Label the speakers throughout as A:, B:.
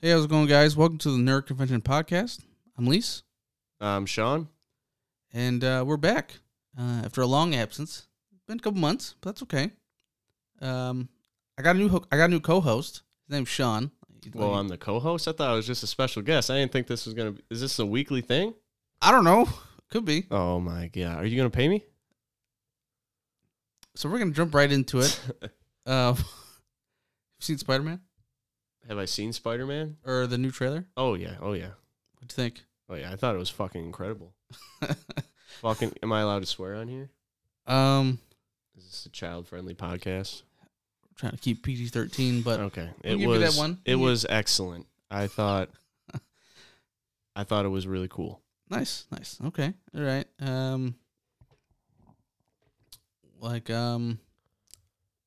A: Hey, how's it going, guys? Welcome to the Nerd Convention Podcast. I'm Lise,
B: Um, Sean,
A: and uh, we're back uh, after a long absence. Been a couple months, but that's okay. Um, I got a new ho- I got a new co-host. His name's Sean.
B: well, I'm the co-host. I thought I was just a special guest. I didn't think this was gonna. Be, is this a weekly thing?
A: I don't know. Could be.
B: Oh my god, are you gonna pay me?
A: So we're gonna jump right into it. Uh, you seen Spider Man
B: Have I seen Spider Man?
A: or the new trailer?
B: Oh yeah, oh yeah,
A: What do you think?
B: oh yeah. I thought it was fucking incredible. Fucking, am I allowed to swear on here?
A: um,
B: Is this a child-friendly podcast?
A: trying to keep PG thirteen, but
B: Okay,
A: We'll
B: it
A: Uh, give you
B: was.
A: that one.
B: It
A: We'll give-
B: was excellent. I thought. I thought it was really cool.
A: Nice, nice. Okay, all right. Um, like um,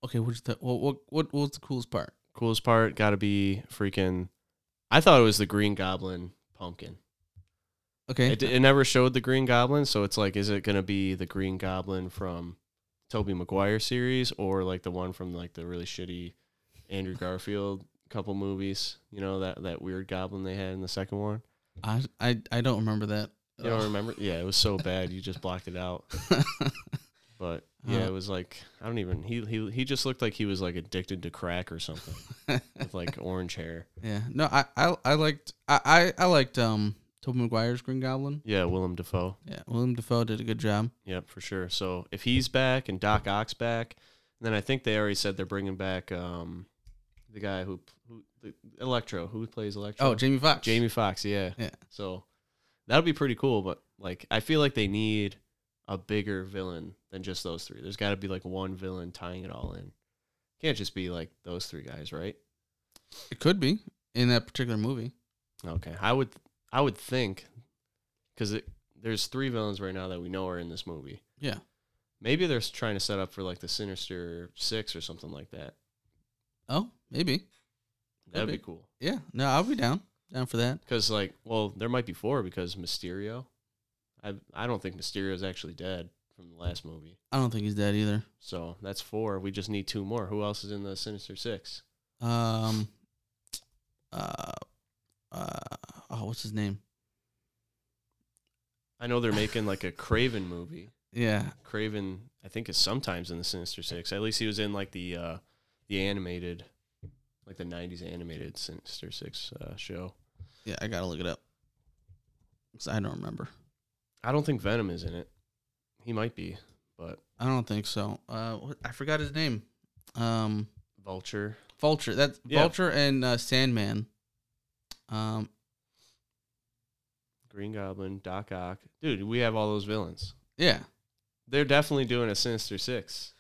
A: okay. What's the what what what what was the coolest part?
B: Coolest part got to be freaking. I thought it was the Green Goblin pumpkin.
A: Okay,
B: It, it never showed the Green Goblin, so it's like, is it gonna be the Green Goblin from Toby Maguire series or like the one from like the really shitty Andrew Garfield couple movies? You know that that weird Goblin they had in the second one.
A: I I I don't remember that.
B: You don't remember? Yeah, it was so bad you just blocked it out. But yeah,
A: Uh.
B: it was like I don't even. He he he just looked like he was like addicted to crack or something with like orange hair.
A: yeah, no, I I I liked I I, I liked um Tobey Maguire's Green Goblin.
B: Yeah, Willem Dafoe.
A: Yeah, William Defoe did a good job.
B: Yep, for sure. So if he's back and Doc Ock's back, then I think they already said they're bringing back um, the guy who who the Electro, who plays Electro.
A: Oh, Jamie Foxx.
B: Jamie Foxx, yeah.
A: Yeah.
B: So that'll be pretty cool, but like I feel like they need a bigger villain than just those three. There's got to be like one villain tying it all in. Can't just be like those three guys, right?
A: It could be in that particular movie.
B: Okay. I would I would think cuz there's three villains right now that we know are in this movie.
A: Yeah.
B: Maybe they're s- trying to set up for like the Sinister Six or something like that.
A: Oh, maybe.
B: That'd
A: be.
B: be cool.
A: Yeah. No, I'll be down down for that.
B: Because like, well, there might be four because Mysterio. I I don't think Mysterio's actually dead from the last movie,
A: I don't think he's dead either.
B: so that's four. We just need two more. Who else is in the Sinister Six?
A: Um, uh, uh, oh, what's his name?
B: I know they're making like a Craven movie.
A: Yeah,
B: Craven, I think, is sometimes in the Sinister Six. At least he was in like the uh the animated, like the '90s animated Sinister Six uh, show.
A: yeah, I gotta look it up 'Cause I don't remember.
B: I don't think Venom is in it. He might be, but
A: I don't think so. Uh, wh- I forgot his name. Um,
B: Vulture.
A: Vulture. That's
B: Yeah.
A: Vulture and uh, Sandman. Um,
B: Green Goblin, Doc Ock. Dude, we have all those villains.
A: yeah,
B: They're definitely doing a Sinister Six.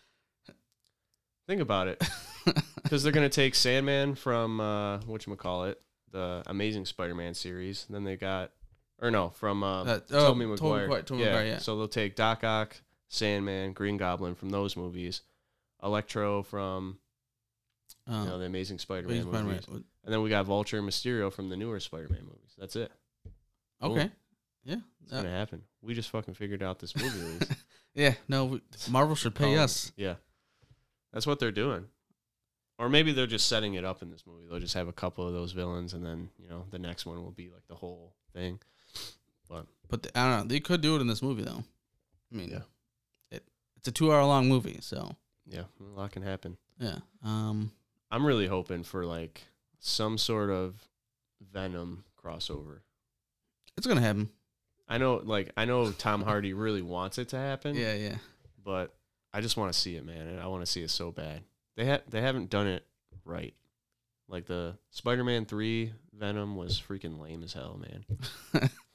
B: Think about it, because they're gonna take Sandman from uh, what you call it, the Amazing Spider-Man series. And then they got, or no, from
A: Uh,
B: uh,
A: oh,
B: Tobey
A: Tobey
B: Maguire.
A: Maguire- Tobey Maguire, yeah.
B: So they'll take Doc Ock, Sandman, Green Goblin from those movies, Electro from you know,
A: um,
B: the Amazing Spider-Man
A: Amazing
B: movies,
A: Spider-Man.
B: and then we got Vulture and Mysterio from the newer Spider-Man movies. That's it.
A: okay, yeah,
B: It's
A: Uh,
B: gonna happen. We just fucking figured out this movie. Louise.
A: yeah. No, we, Marvel should pay
B: Colin.
A: us.
B: Yeah. That's what they're doing. Or maybe they're just setting it up in this movie. They'll just have a couple of those villains and then, you know, the next one will be like the whole thing.
A: But th- I don't know. They could do it in this movie though. I mean,
B: Yeah.
A: it, it's a two-hour-long movie, so
B: Yeah, a lot can happen.
A: yeah. Um,
B: I'm really hoping for like some sort of Venom crossover.
A: it's gonna happen.
B: I know like I know Tom Hardy really wants it to happen,
A: Yeah, yeah.
B: but I just want to see it, man. And I want to see it so bad. They ha- they haven't done it right. Like the Spider-Man 3 Venom was freaking lame as hell, man.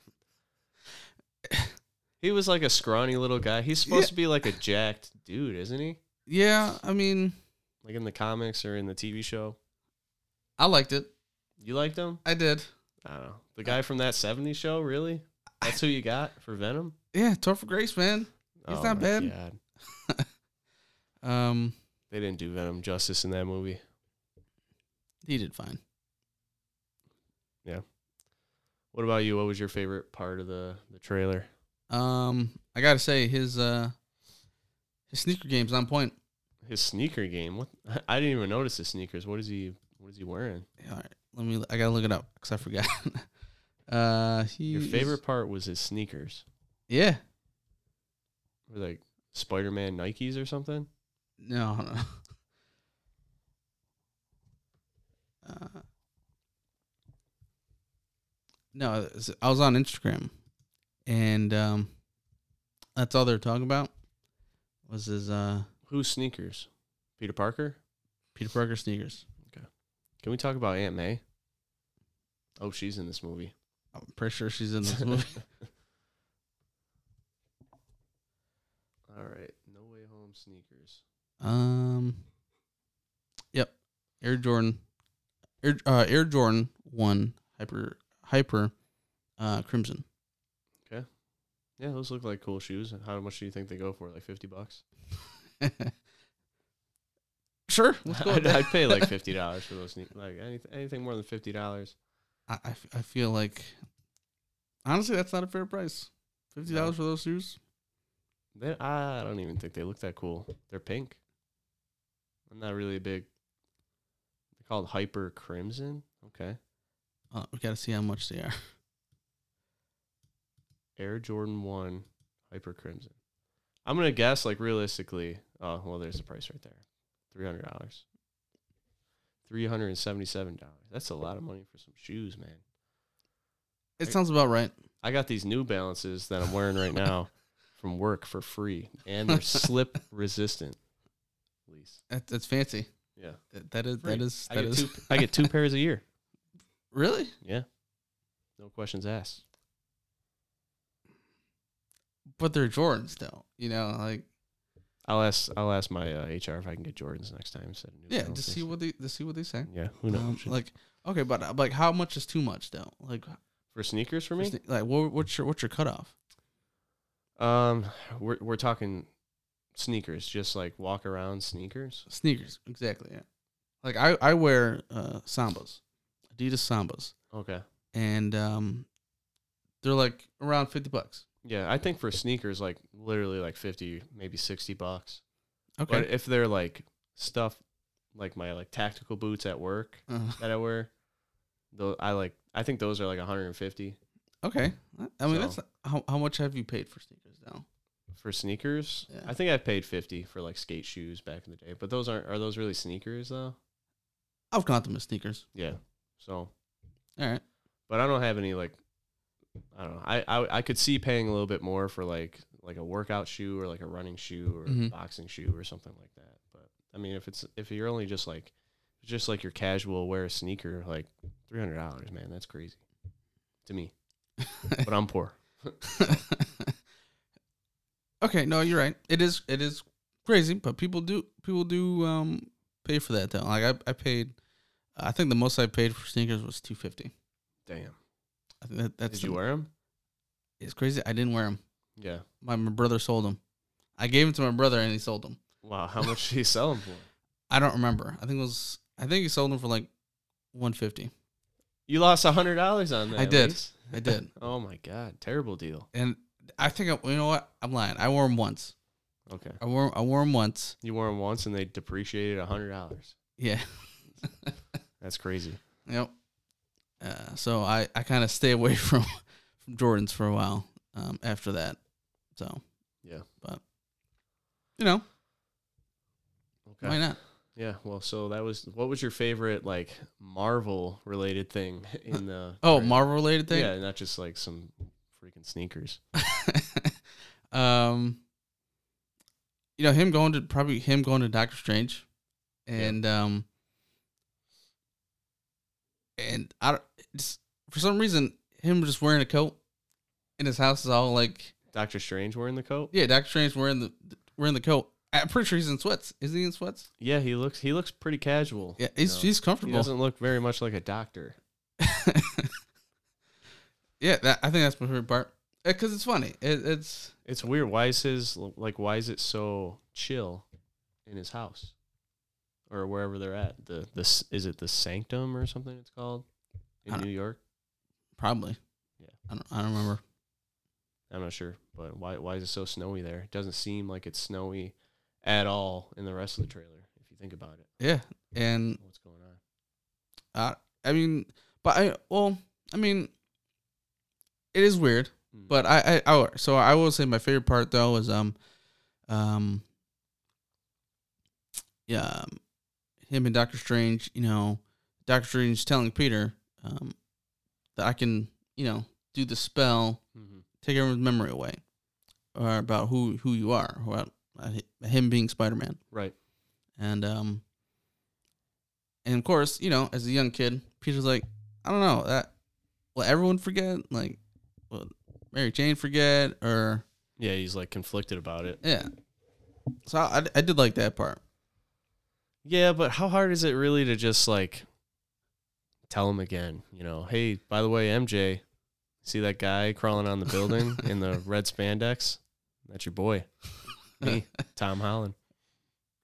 B: He was like a scrawny little guy. He's supposed
A: Yeah.
B: to be like a jacked dude, isn't he?
A: yeah, I mean,
B: Like in the comics or in the TV show.
A: I liked it.
B: You liked him?
A: I did.
B: I don't know. The guy from that 70s show, really? That's who you got for Venom? Oh
A: Yeah, Topher Grace, man. He's not
B: my
A: bad.
B: God.
A: Um,
B: They didn't do Venom justice in that movie.
A: he did fine.
B: What about you? What was your favorite part of the, the trailer?
A: Um, I gotta say his uh his sneaker game's on point.
B: His sneaker game. What I didn't even notice his sneakers. What is he what is he wearing?
A: All right. Let me. I gotta look it up because I forgot. uh,
B: Your
A: he's-
B: favorite part was his sneakers.
A: Yeah.
B: Were they, like Spider Man Nikes or something?
A: No. no. Uh, no, it was- I was on Instagram, and um, that's all they were talking about was his uh,
B: Whose sneakers? Peter Parker?
A: Peter Parker sneakers.
B: Can we talk about Aunt May? Oh, she's in this movie.
A: I'm pretty sure she's in this movie.
B: All right. No Way Home sneakers.
A: Um. Yep. Air Jordan. Air, uh, Air Jordan one hyper hyper uh, crimson.
B: Yeah, those look like cool shoes. How much do you think they go for? Like 50 bucks?
A: sure. Let's go with
B: I'd,
A: that.
B: I'd pay like $50 for those sneakers. Like anything, anything more than $50.
A: I, I f- I feel like honestly that's not a fair price. Fifty dollars for those shoes.
B: They, I don't even think they look that cool. They're pink. I'm not really a big. They're called Hyper Crimson. Okay.
A: Uh, we got to see how much they are.
B: Air Jordan 1 Hyper Crimson. I'm going to guess, like, realistically. Oh, well, there's the price right there $300. $377. That's a lot of money for some shoes, man.
A: It
B: Right.
A: sounds about right.
B: I got these New Balances that I'm wearing right now from work for free, and they're slip resistant. At least.
A: That, that's fancy.
B: Yeah.
A: That, that is
B: Free.
A: that is
B: I
A: that
B: get
A: is
B: two, I get two pairs a year.
A: really.
B: Yeah. No questions asked.
A: But they're Jordans though. You know, like
B: I'll ask. I'll ask my uh, HR if I can get Jordans next time instead of New
A: yeah, to
B: Balances.
A: see what they to see what they say.
B: Yeah, who knows?
A: Um, like okay, but uh, like how much is too much though? Like
B: for sneakers for
A: for
B: me,
A: sne- like what, what's your what's your cutoff?
B: um, we're we're talking sneakers, just like walk around sneakers.
A: Sneakers exactly. Yeah. Like I I wear uh, Sambas, Adidas Sambas,
B: Okay.
A: and um, they're like around fifty bucks.
B: Yeah, I think for sneakers, like literally like fifty, maybe sixty bucks.
A: Okay.
B: But if they're like stuff, like my like tactical boots at work
A: Uh,
B: that I wear, though I like. I think those are like one hundred and fifty
A: okay. I mean, that's
B: So-
A: how, how much have you paid for sneakers now?
B: for sneakers.
A: Yeah.
B: I think I paid fifty for like skate shoes back in the day, but those aren't. Are those really sneakers though?
A: I've got them as sneakers.
B: Yeah. So,
A: All right.
B: but I don't have any like. I don't know. I, I I could see paying a little bit more for like like a workout shoe or like a running shoe or a
A: Mhm.
B: boxing shoe or something like that. But I mean, if it's if you're only just like just like your casual wear sneaker, like three hundred dollars, man, that's crazy to me. but I'm poor.
A: okay. No, you're right. It is it is crazy, but people do people do um pay for that though. Like I I paid, I think the most I paid for sneakers was two fifty.
B: Damn.
A: I think that, that's
B: Did you
A: the-
B: wear them?
A: It's crazy. I didn't wear them.
B: Yeah.
A: My, my brother sold them. I gave them to my brother and he sold them.
B: Wow. How much did you sell them for?
A: I don't remember. I think it was I think he sold them for like one fifty.
B: You lost hundred dollars on that.
A: I did.
B: Reese.
A: I did.
B: Oh my god, terrible deal.
A: and I think I, you know what? I'm lying. I wore them once.
B: Okay,
A: I wore I wore them once.
B: you wore them once and they depreciated hundred dollars.
A: Yeah.
B: That's crazy.
A: Yep. Uh, so I, I kind of stay away from, from Jordans for a while um, after that. So
B: Yeah.
A: but you know
B: Okay.
A: why not?
B: Yeah. Well, so that was what was your favorite like Marvel related thing in the?
A: Oh,
B: or-
A: Marvel related thing.
B: Yeah, not just like some freaking sneakers.
A: um, you know him going to probably him going to Doctor Strange, and um, and I don't- just for some reason him just wearing a coat in his house is all like
B: Doctor Strange wearing the coat.
A: yeah Doctor Strange wearing the wearing the coat. I'm pretty sure he's in sweats. Is he in sweats?
B: Yeah, he looks he looks pretty casual.
A: Yeah,
B: you
A: he's
B: know.
A: he's
B: he
A: comfortable.
B: doesn't look very much like a doctor.
A: yeah, that, I think that's my favorite part because it's funny. It, it's
B: It's weird. Why is his like? Why is it so chill in his house or wherever they're at? The this is it the sanctum or something? It's called
A: I
B: in
A: don't-
B: New York.
A: probably.
B: Yeah.
A: I don't, I don't remember.
B: I'm not sure, but why why is it so snowy there? It doesn't seem like it's snowy at all in the rest of the trailer. If you think about it,
A: Yeah, and
B: what's going on?
A: I I mean, but I well, I mean, it is weird.
B: Mm.
A: But I, I, I so I will say my favorite part though is um, um, yeah, um, him and Doctor Strange. You know, Doctor Strange telling Peter um that I can you know do the spell,
B: Mhm.
A: take everyone's memory away, or about who who you are, about uh, him being Spider Man
B: Right.
A: and um and of course you know as a young kid peter's like i don't know that will everyone forget like will mary jane forget or
B: Yeah, he's like conflicted about it.
A: yeah so i, I did like that part
B: Yeah, but how hard is it really to just like tell him again? You know, hey, by the way, MJ, see that guy crawling on the building in the red spandex? That's your boy, me, Tom Holland,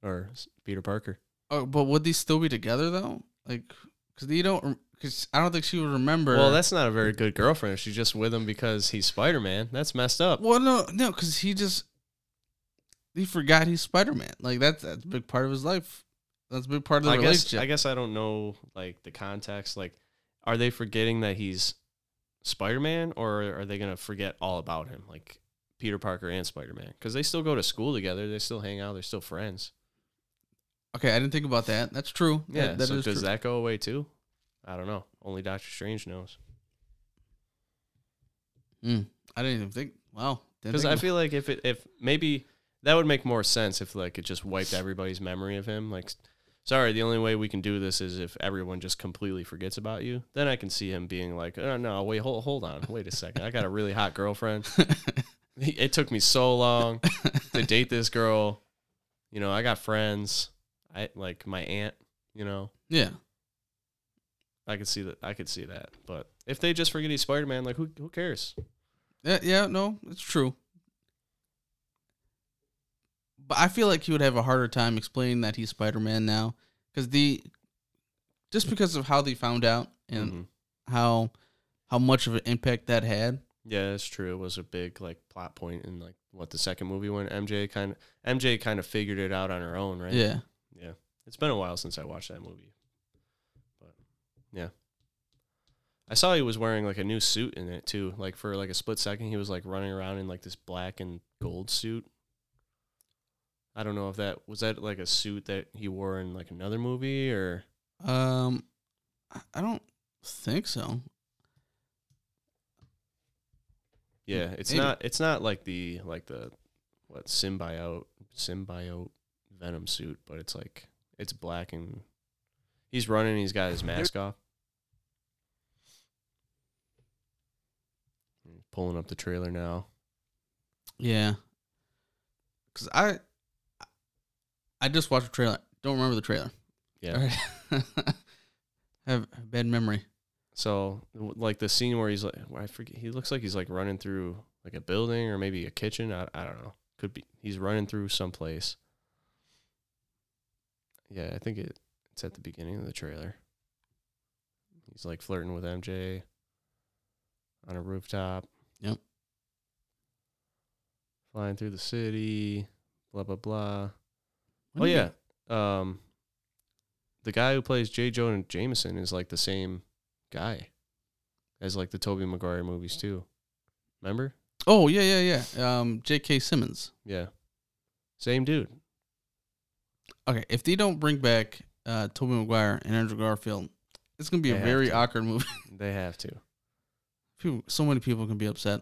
B: or s- Peter Parker.
A: oh but would they still be together though like because you don't because i don't think she would remember
B: Well, that's not a very good girlfriend. if She's just with him because he's Spider Man. That's messed up.
A: well no no because he just he forgot he's spider-man like that's that's a big part of his life that's a big part of the
B: I guess
A: relationship
B: I guess I don't know like the context. Like, are they forgetting that he's Spider Man, or are they gonna forget all about him, like Peter Parker and Spider Man? Because they still go to school together, they still hang out, they're still friends.
A: okay i didn't think about that that's true
B: Yeah.
A: that
B: so
A: is
B: does
A: true.
B: that go away too? I don't know. Only Doctor Strange knows.
A: Mm, I didn't even think. Wow. didn't
B: Because
A: think
B: I
A: about-
B: feel like if it if maybe that would make more sense if like it just wiped everybody's memory of him. Like, sorry, the only way we can do this is if everyone just completely forgets about you. Then I can see him being like, oh no, wait, hold hold on, wait a second, I got a really hot girlfriend. it took me so long to date this girl. You know, I got friends. I like my aunt. You know,
A: yeah.
B: I could see that. I could see that. But if they just forget he's Spider Man, like who who cares?
A: Yeah. Yeah. No, it's true. But I feel like he would have a harder time explaining that he's Spider Man now, because the just because of how they found out and
B: Mhm.
A: how how much of an impact that had.
B: Yeah, that's true. It was a big like plot point in like what the second movie when MJ kind of MJ kind of figured it out on her own, right?
A: Yeah.
B: It's been a while since I watched that movie. But yeah. I saw he was wearing like a new suit in it too. Like for like a split second he was like running around in like this black and gold suit. I don't know if that was that like a suit that he wore in like another movie or
A: Um, I- I don't think so.
B: Yeah, it's
A: Maybe.
B: not it's not like the like the what symbiote symbiote venom suit, but it's like it's black and he's running, he's got his mask off. Pulling up the trailer now.
A: Yeah. Cause I I just watched the trailer. Don't remember the trailer.
B: Yeah.
A: All right. have a bad memory.
B: So w- like the scene where he's like where I forget he looks like he's like running through like a building or maybe a kitchen. I, I don't know. Could be he's running through someplace. Yeah, I think it, it's at the beginning of the trailer. He's like flirting with MJ on a rooftop.
A: Yep.
B: Flying through the city, blah blah blah.
A: When
B: oh
A: did
B: yeah.
A: it-
B: Um the guy who plays J. Jonah Jameson is like the same guy as like the Toby Maguire movies too. Remember?
A: Oh yeah, yeah, yeah. Um, J.K. Simmons.
B: Yeah. Same dude.
A: Okay, if they don't bring back uh Tobey Maguire and Andrew Garfield, it's gonna be
B: They
A: a
B: have
A: very
B: to.
A: awkward movie.
B: They have to.
A: People, so many people can be upset.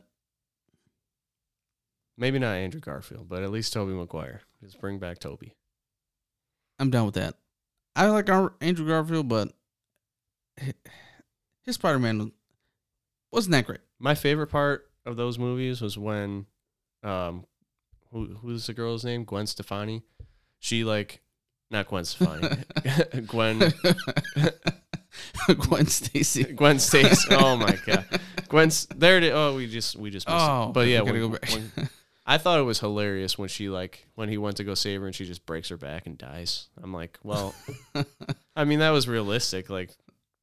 B: Maybe not Andrew Garfield, but at least Toby Maguire. Just bring back Toby.
A: I'm down with that. I like our Andrew Garfield, but hi- his Spider Man wasn't that great.
B: My favorite part of those movies was when um who who's the girl's name? Gwen Stefani. She like not Gwen Stefani. Gwen
A: Gwen Stacy.
B: Gwen Stacy. Oh my god. Gwen's there it is. Oh, we just we just missed
A: Oh,
B: it. But yeah,
A: we gotta
B: when-
A: go back.
B: when- I thought it was hilarious when she like when he went to go save her and she just breaks her back and dies. I'm like, well, I mean that was realistic. Like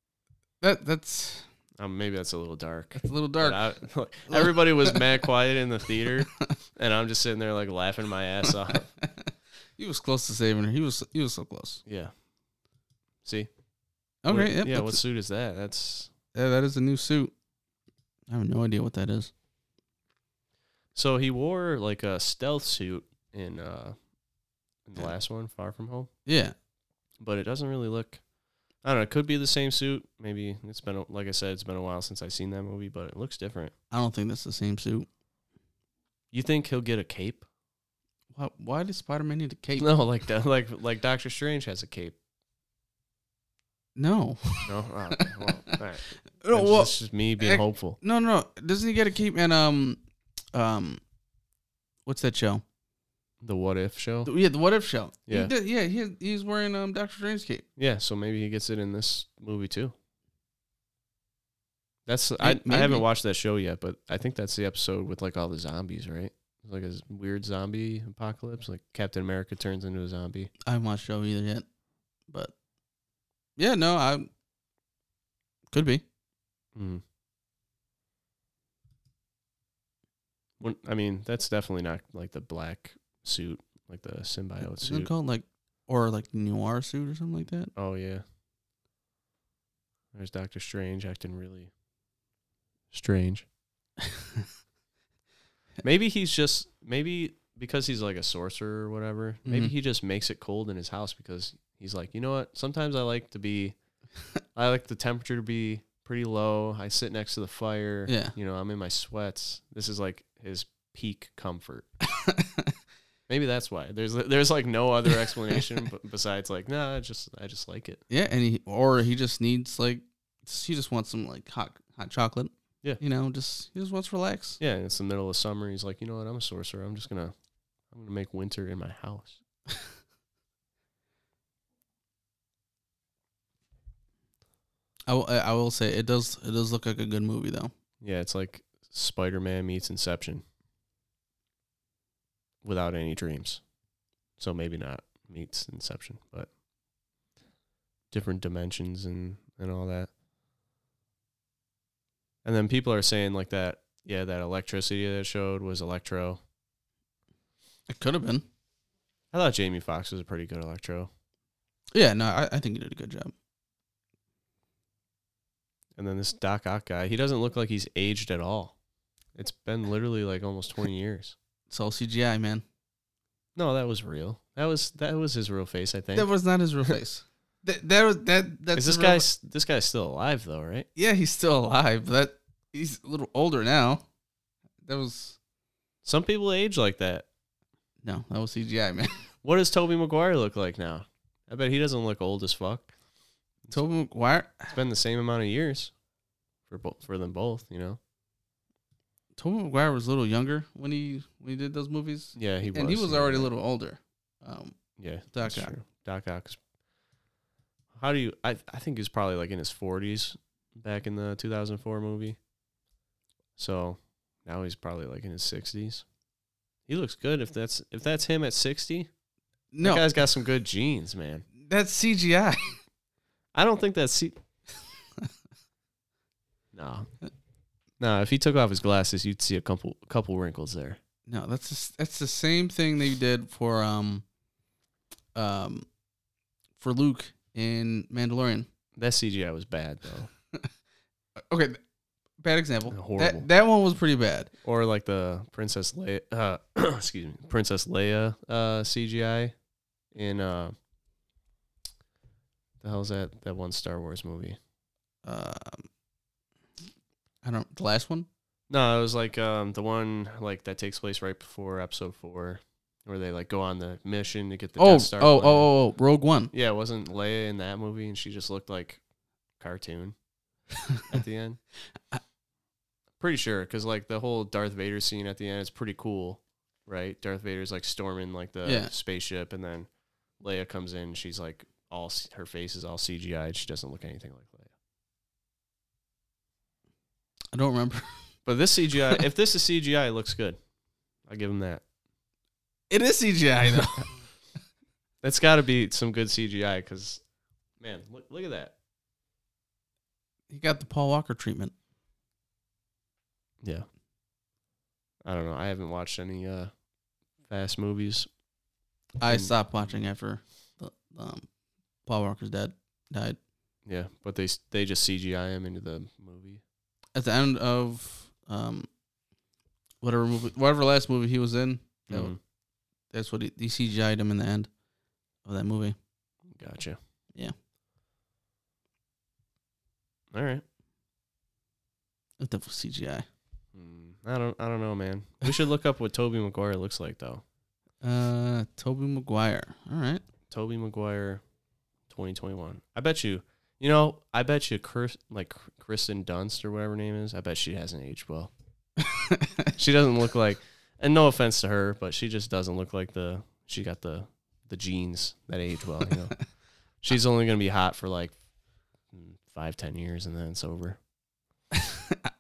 A: that that's
B: um, maybe that's a little dark.
A: that's a little
B: But
A: dark.
B: I- like, everybody was mad quiet in the theater, and I'm just sitting there like laughing my ass off.
A: he was close to saving her. He was he was so close.
B: Yeah. See, What-
A: Okay, yep,
B: yeah.
A: that's-
B: What suit is that? That's
A: yeah, that is a new suit. I have no idea what that is.
B: so he wore like a stealth suit in uh in the
A: Yeah.
B: last one, Far From Home,
A: Yeah,
B: but it doesn't really look. I don't know. It could be the same suit. Maybe it's been a- like I said, it's been a while since I've seen that movie, but it looks different.
A: I don't think that's the same suit.
B: You think he'll get a cape?
A: Why, why does Spider Man need a cape?
B: No, like the, like like Doctor Strange has a cape.
A: No.
B: No, oh, okay, well, all right.
A: No,
B: That's
A: well,
B: just- just me being
A: ac-
B: hopeful.
A: no, no. Doesn't he get a cape and um, um, what's that show?
B: The What If show.
A: The- yeah, the What If show. He
B: Yeah.
A: did- yeah. He, he's wearing um Doctor Strange cape.
B: Yeah, so maybe he gets it in this movie too. That's I,
A: May-
B: I haven't
A: maybe.
B: watched that show yet, but I think that's the episode with like all the zombies, right? Like a weird zombie apocalypse, like Captain America turns into a zombie.
A: I haven't watched the show either yet, but yeah, no, I could be.
B: Mm. When, I mean, that's definitely not like the black suit, like the symbiote
A: Isn't it
B: suit.
A: called like or like noir suit or something like that?
B: Oh yeah. There's Doctor Strange acting really strange. Maybe he's just maybe because he's like a sorcerer or whatever. Maybe
A: Mhm.
B: he just makes it cold in his house because he's like, you know what? Sometimes I like to be, I like the temperature to be pretty low. I sit next to the fire.
A: Yeah.
B: You know, I'm in my sweats. This is like his peak comfort. Maybe that's why. There's there's like no other explanation b- besides like, nah, I just I just like it.
A: yeah, and he or he just needs like he just wants some like hot hot chocolate.
B: Yeah.
A: you know, just he just wants to relax.
B: Yeah, and it's the middle of summer. He's like, you know what? I'm a sorcerer. I'm just gonna, I'm gonna make winter in my house.
A: I will- I will say it does it does look like a good movie though.
B: Yeah, it's like Spider-Man meets Inception, without any dreams. So maybe not meets Inception, but different dimensions and and all that. And then people are saying like that. Yeah, that electricity that it showed was Electro.
A: It could have been.
B: I thought Jamie Foxx was a pretty good Electro.
A: Yeah, no, I, I think he did a good job.
B: And then this Doc Ock guy, he doesn't look like he's aged at all. It's been literally like almost 20 years.
A: It's all CGI, man.
B: No, that was real. That was that was his real face, I think.
A: That was not his real face. that, that was that. That's
B: Is this
A: the real fa-
B: guy s- this guy's still alive though, right?
A: Yeah, he's still alive, but that he's a little older now. That was
B: Some people age like that.
A: no, that was CGI, man.
B: What does Toby Maguire look like now? I bet he doesn't look old as fuck.
A: Tobey Maguire.
B: It's been the same amount of years for both for them both, you know.
A: Tobey Maguire was a little younger when he when he did those movies,
B: Yeah, he was.
A: and he was
B: yeah.
A: already a little older. Um,
B: Yeah,
A: Doc
B: that's
A: Ock.
B: true. Doc Ock's. How do you? I I think he was probably like in his forties back in the 2004 movie. So now he's probably like in his sixties. He looks good if that's if that's him at 60.
A: no,
B: That guy's got some good genes, man.
A: that's CGI.
B: I don't think that's. Se- no. No, if he took off his glasses, you'd see a couple couple wrinkles there.
A: No, that's the s that's the same thing they did for um, um, for Luke in Mandalorian. Uh,
B: That CGI was bad though.
A: Okay, th- bad example.
B: Horrible.
A: That that one was pretty bad.
B: or like the Princess Leia, uh, excuse me, Princess Leia uh, CGI in uh, the hell's that that one Star Wars movie?
A: Um, I don't the last one.
B: No, it was like um, the one like that takes place right before Episode Four, where they like go on the mission to get the
A: oh,
B: Death Star.
A: oh, oh, oh,
B: plane.
A: oh, Rogue One.
B: yeah, wasn't Leia in that movie and she just looked like cartoon at the end? Pretty sure, because like the whole Darth Vader scene at the end is pretty cool, right? Darth Vader's like storming like the
A: Yeah.
B: spaceship, and then Leia comes in. She's like all c- her face is all CGI. and She doesn't look anything like Leia.
A: I don't remember.
B: But this CGI, if this is CGI, it looks good. I give him that.
A: It is CGI though.
B: That's got to be some good CGI, because man, look look at that.
A: he got the Paul Walker treatment.
B: Yeah. I don't know. I haven't watched any uh fast movies.
A: I
B: And-
A: Mm. stopped watching after the, um, Paul Walker's dad died.
B: Yeah, but they s- they just CGI him into the movie.
A: At the end of um, whatever movie, whatever last movie he was in, that w-
B: Mhm.
A: that's what he, he CGI'd him in the end of that movie.
B: Gotcha.
A: Yeah.
B: All right.
A: What the f- CGI?
B: Mm, I don't I don't know, man. We should look up what Toby Maguire looks like though.
A: Uh, Toby Maguire. All right.
B: Toby Maguire 2021. I bet you, you know, I bet you Chris, like Kristen Dunst or whatever her name is, I bet she hasn't aged well. She doesn't look like and no offense to her, but she just doesn't look like the she got the the genes that age well, you know. She's only going to be hot for like mm, five, ten years, and then it's over.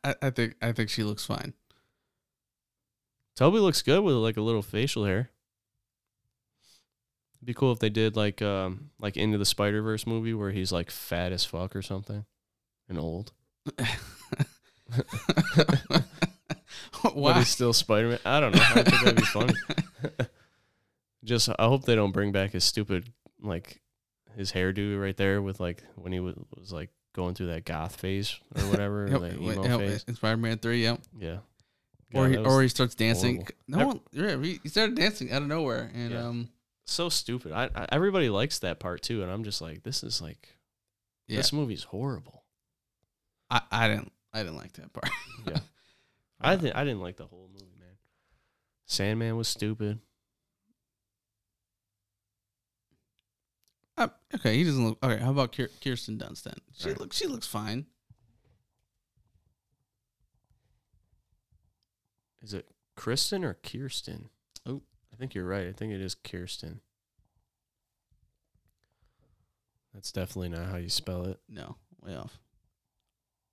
A: I, I think I think she looks fine.
B: Toby looks good with like a little facial hair. Be cool if they did like um like into the Spider Verse movie where he's like fat as fuck or something, and old, but
A: Why?
B: he's still Spider Man. I don't know. I think that'd be funny. Just I hope they don't bring back his stupid like his hairdo right there with like when he was, was like going through that goth phase or whatever,
A: Yep,
B: or that
A: wait,
B: emo
A: yep,
B: phase.
A: in Spider-Man Three, yep.
B: Yeah.
A: or
B: God,
A: he
B: that was
A: or he starts dancing.
B: horrible.
A: No one, yeah, he- he started dancing out of nowhere, and
B: Yeah.
A: um,
B: so stupid. I, I everybody likes that part too, and I'm just like, this is like,
A: Yeah.
B: this movie's horrible.
A: I, I didn't I didn't like that part.
B: Yeah. I didn't. I didn't like the whole movie, man. Sandman was stupid.
A: Uh, okay, he doesn't look okay. How about Kier- Kirsten Dunst? Then she
B: Alright.
A: looks she looks fine.
B: Is it Kristen or Kirsten?
A: Oh.
B: I think you're right. I think it is Kirsten. That's definitely not how you spell it.
A: No, way off.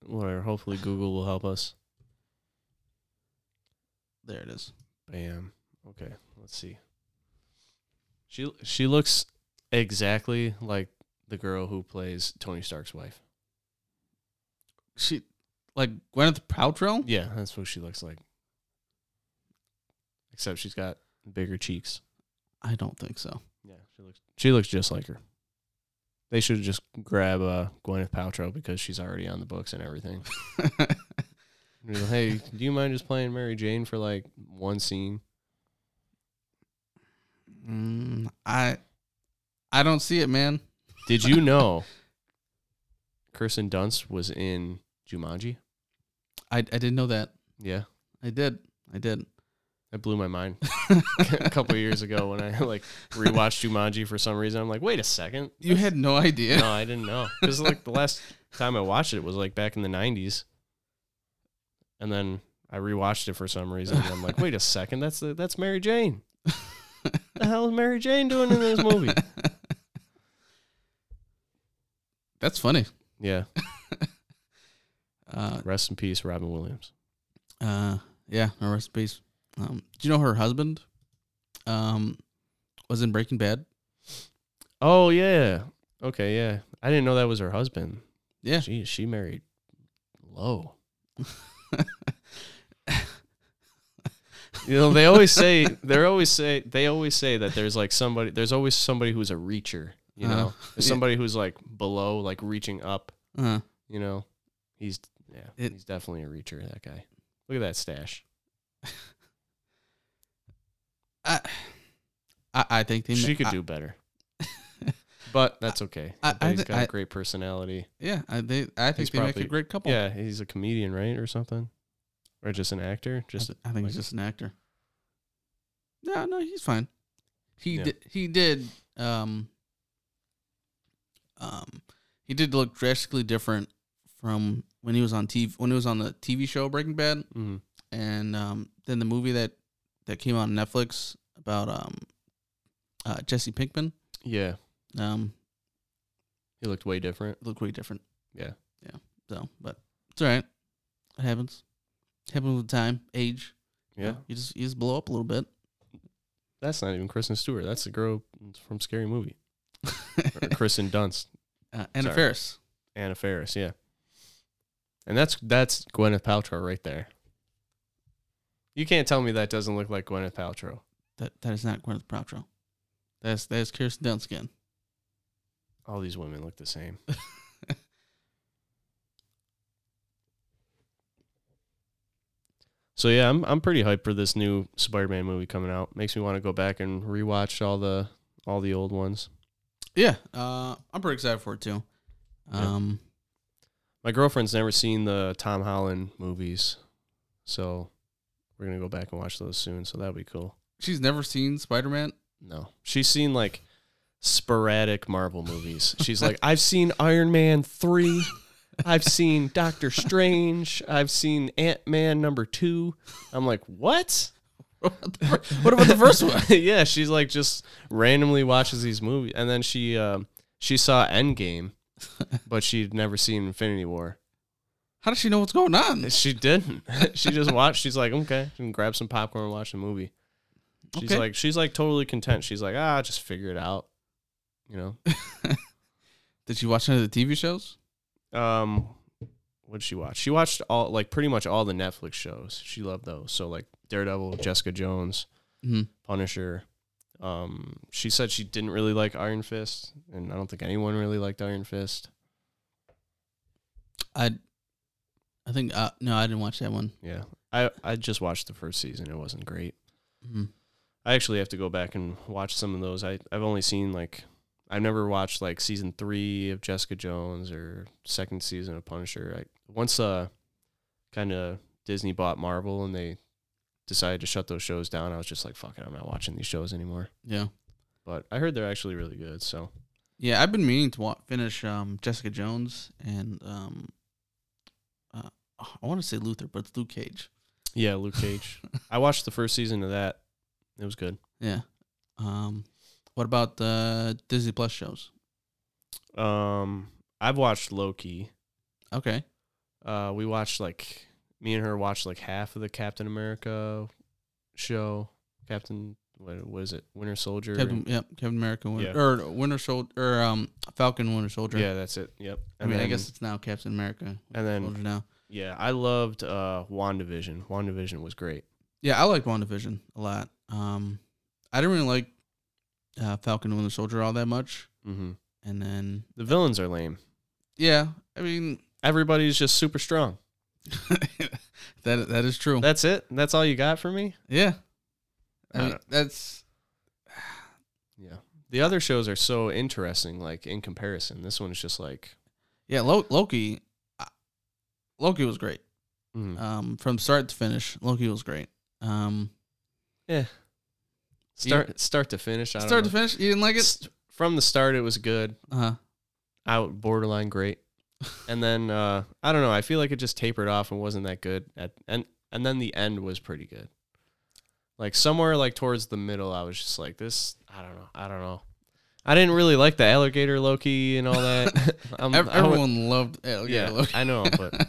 B: Whatever. Hopefully Google will help us.
A: There it is.
B: Bam. Okay. Let's see. She she looks exactly like the girl who plays Tony Stark's wife.
A: She like Gwyneth Paltrow.
B: Yeah, that's what she looks like. Except she's got bigger cheeks.
A: I don't think so.
B: Yeah, she looks she looks just like her. They should just grab uh, Gwyneth Paltrow because she's already on the books and everything. And be like, hey, do you mind just playing Mary Jane for like one scene?
A: Mm, I I don't see it, man.
B: Did you know Kirsten Dunst was in Jumanji?
A: I I didn't know that.
B: Yeah,
A: I did. I did.
B: that blew my mind a couple of years ago when I like rewatched Jumanji for some reason. I'm like, wait a second,
A: You had no idea.
B: No, I didn't know. Because like the last time I watched it was like back in the '90s, and then I rewatched it for some reason. And I'm like, wait a second, that's the, that's Mary Jane. the hell is Mary Jane doing in this movie?
A: That's funny.
B: Yeah,
A: Uh,
B: rest in peace, Robin Williams.
A: uh, yeah, no rest in peace. Um, do you know her husband? Um, was in Breaking Bad.
B: Oh yeah, okay, yeah. I didn't know that was her husband.
A: Yeah.
B: Jeez, she married low. you know, they always say they always say they always say that there's like somebody there's always somebody who's a reacher, you
A: Uh,
B: know. there's
A: yeah.
B: somebody who's like below, like reaching up,
A: Uh,
B: you know. He's yeah,
A: It-
B: he's definitely a reacher, that guy. Look at that stash.
A: I, I, I think they.
B: She
A: ma-
B: could
A: I-
B: do better. But that's okay.
A: I-
B: But
A: I
B: he's
A: thi-
B: got a
A: I-
B: great personality.
A: Yeah, I, they. I think
B: He's
A: they make
B: probably-
A: a great couple.
B: Yeah, he's a comedian, right, or something, or just an actor.
A: I,
B: Just
A: th- I think he's
B: like-
A: just an actor. No, no, he's fine. He
B: Yeah.
A: did. He did. Um. Um, he did look drastically different from when he was on TV when he was on the TV show Breaking Bad.
B: Mhm.
A: and um, then the movie that that came out on Netflix about um, uh, Jesse Pinkman
B: yeah,
A: um,
B: he looked way different.
A: looked way different.
B: Yeah.
A: yeah. So, but it's all right. It happens. happens with time, age. you
B: Yeah,
A: know, you just you just blow up a little bit.
B: that's not even Kristen Stewart. That's the girl from Scary Movie. or Kristen Dunst,
A: uh, Anna
B: Sorry.
A: Faris.
B: Anna Faris. Yeah, and that's that's Gwyneth Paltrow right there. You can't tell me that doesn't look like Gwyneth Paltrow.
A: That that is not Gwyneth Paltrow. That's that's Kirsten Dunst again.
B: All these women look the same. So yeah, I'm I'm pretty hyped for this new Spider-Man movie coming out. Makes me want to go back and rewatch all the all the old ones.
A: Yeah, uh, I'm pretty excited for it too. Um,
B: My girlfriend's never seen the Tom Holland movies, so we're gonna go back and watch those soon. So that'll be cool.
A: she's never seen Spider Man.
B: No, she's seen like sporadic Marvel movies. She's like, I've seen Iron Man three, I've seen Doctor Strange, I've seen Ant Man number two. I'm like, what?
A: what about the first one?
B: yeah, she's like just randomly watches these movies, and then she um, she saw Endgame, but she'd never seen Infinity War.
A: How does she know what's going on?
B: She didn't. she just watched. She's like, okay, she can grab some popcorn and watch the movie. She's
A: Okay.
B: like, she's like totally content. She's like, ah, just figure it out. You
A: Did she watch any of the TV shows?
B: know, um, what'd she watch? She watched all like pretty much all the Netflix shows. She loved those. So like Daredevil, Jessica Jones,
A: Mhm.
B: Punisher. Um, she said she didn't really like Iron Fist, and I don't think anyone really liked Iron Fist.
A: I, I think uh, no, I didn't watch that one.
B: Yeah, I I just watched the first season. It wasn't great.
A: Mhm.
B: I actually have to go back and watch some of those. I I've only seen like I've never watched like season three of Jessica Jones or second season of Punisher. I once uh kind of Disney bought Marvel and they decided to shut those shows down. I was just like, fuck it, I'm not watching these shows anymore.
A: Yeah,
B: But I heard they're actually really good. So
A: yeah. I've been meaning to wa- finish um, Jessica Jones and um, uh, I want to say Luther, but it's Luke Cage.
B: yeah, Luke Cage. I watched the first season of that. It was good.
A: Yeah. Um, what about the Disney Plus shows?
B: Um, I've watched Loki.
A: Okay.
B: uh, we watched like me and her watched like half of the Captain America show. Captain, what was it? Winter Soldier.
A: Captain, yep, Captain America Win-
B: Yeah.
A: or Winter Soldier or um Falcon Winter Soldier.
B: yeah, that's it. Yep.
A: I mean, I
B: then-
A: guess it's now Captain America
B: And then
A: Soldier now.
B: yeah, I loved uh, Wandavision. Wandavision was great.
A: Yeah, I liked WandaVision a lot. Um, I didn't really like uh, Falcon Winter Soldier all that much,
B: hmm
A: and then
B: The villains are lame.
A: yeah, I mean
B: Everybody's just super strong.
A: that that is true.
B: That's it. That's all you got for me.
A: yeah, I
B: I
A: mean
B: don't-
A: that's
B: Yeah. The other shows are so interesting, like in comparison. This one's just like
A: yeah. Lo- Loki, uh, Loki was great.
B: mm,
A: Um, from start to finish, Loki was great. Um,
B: start start to finish. I
A: start
B: don't
A: to finish, you didn't like
B: know.
A: it?
B: St- From the start, it was good.
A: Uh,
B: out borderline great. And then uh, I don't know. I feel like it just tapered off and wasn't that good. At and and then the end was pretty good. Like somewhere like towards the middle, I was just like, this. I don't know. I don't know. I didn't really like the alligator Loki and all that. I'm,
A: ev-
B: um, I don't-
A: everyone loved uh, yeah,
B: yeah,
A: Loki.
B: I know, but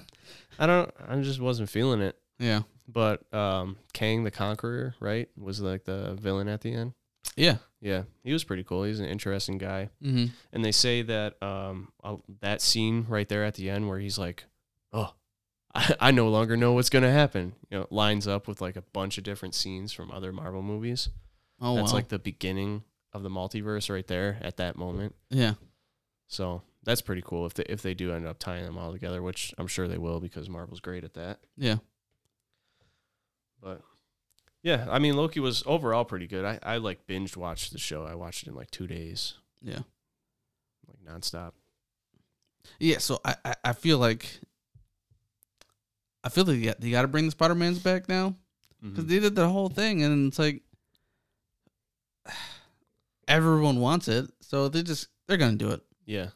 B: I don't. I just wasn't feeling it.
A: yeah,
B: But um, Kang the Conqueror, right, was like the villain at the end.
A: yeah.
B: Yeah, he was pretty cool. He's an interesting guy
A: Mm-hmm.
B: and they say that um uh, that scene right there at the end where he's like, "Oh, I, I no longer know what's gonna happen," you know, it lines up with like a bunch of different scenes from other Marvel movies.
A: Oh,
B: that's
A: wow.
B: like the beginning of the multiverse right there at that moment.
A: yeah,
B: So that's pretty cool if they if they do end up tying them all together, which I'm sure they will because Marvel's great at that.
A: yeah.
B: But yeah, I mean Loki was overall pretty good. I I like binge watched the show. I watched it in like two days,
A: Yeah.
B: like nonstop.
A: Yeah, so I, I, I feel like I feel like yeah, they got to bring the Spider Mans back now because
B: Mhm.
A: they did the whole thing, and it's like everyone wants it, so they just they're gonna do it.
B: Yeah.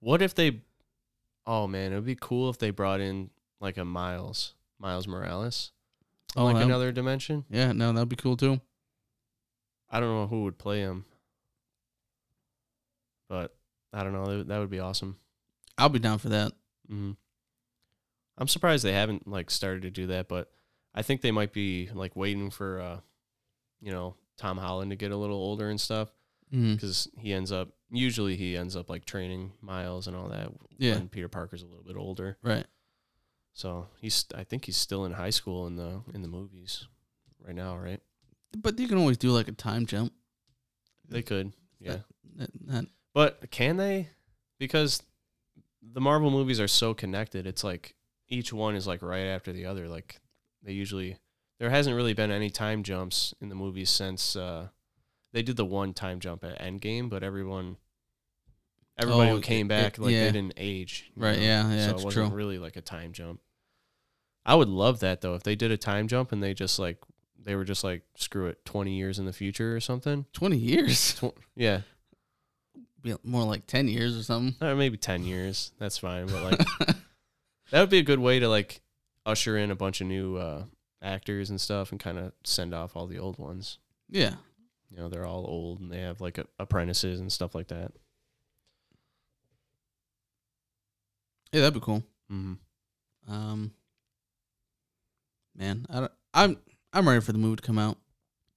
B: What if they? Oh man, it would be cool if they brought in like a Miles, Miles Morales,
A: Oh,
B: like
A: that-
B: another dimension.
A: yeah, no, that'd be cool too.
B: I don't know who would play him, but I don't know. That would- That would be awesome.
A: I'll be down for that.
B: hmm I'm surprised they haven't like started to do that, but I think they might be like waiting for, uh, you know, Tom Holland to get a little older and stuff
A: Mm,
B: because he ends up usually he ends up like training Miles and all that
A: Yeah.
B: when Peter Parker's a little bit older.
A: right.
B: So he's I think he's still in high school in the in the movies right now, right?
A: But you can always do like a time jump.
B: They could. Yeah.
A: That- that-
B: But can they? Because the Marvel movies are so connected. It's like each one is like right after the other. Like they usually there hasn't really been any time jumps in the movies since uh, they did the one time jump at Endgame, but everyone everybody
A: Oh,
B: who came
A: it-
B: back
A: it-
B: like
A: yeah.
B: they didn't age, you
A: Right, yeah, yeah,
B: So
A: it's
B: it wasn't
A: true.
B: really like a time jump. I would love that though if they did a time jump and they just like they were just like screw it, twenty years in the future or something.
A: Twenty years,
B: Tw- yeah,
A: Be more like ten years or something.
B: or maybe 10 years that's fine but like that would be a good way to like usher in a bunch of new uh actors and stuff and kind of send off all the old ones
A: Yeah,
B: you know they're all old and they have like a- apprentices and stuff like that
A: yeah, that'd be cool.
B: mm-hmm.
A: Um, man, I don't, I'm I'm ready for the movie to come out.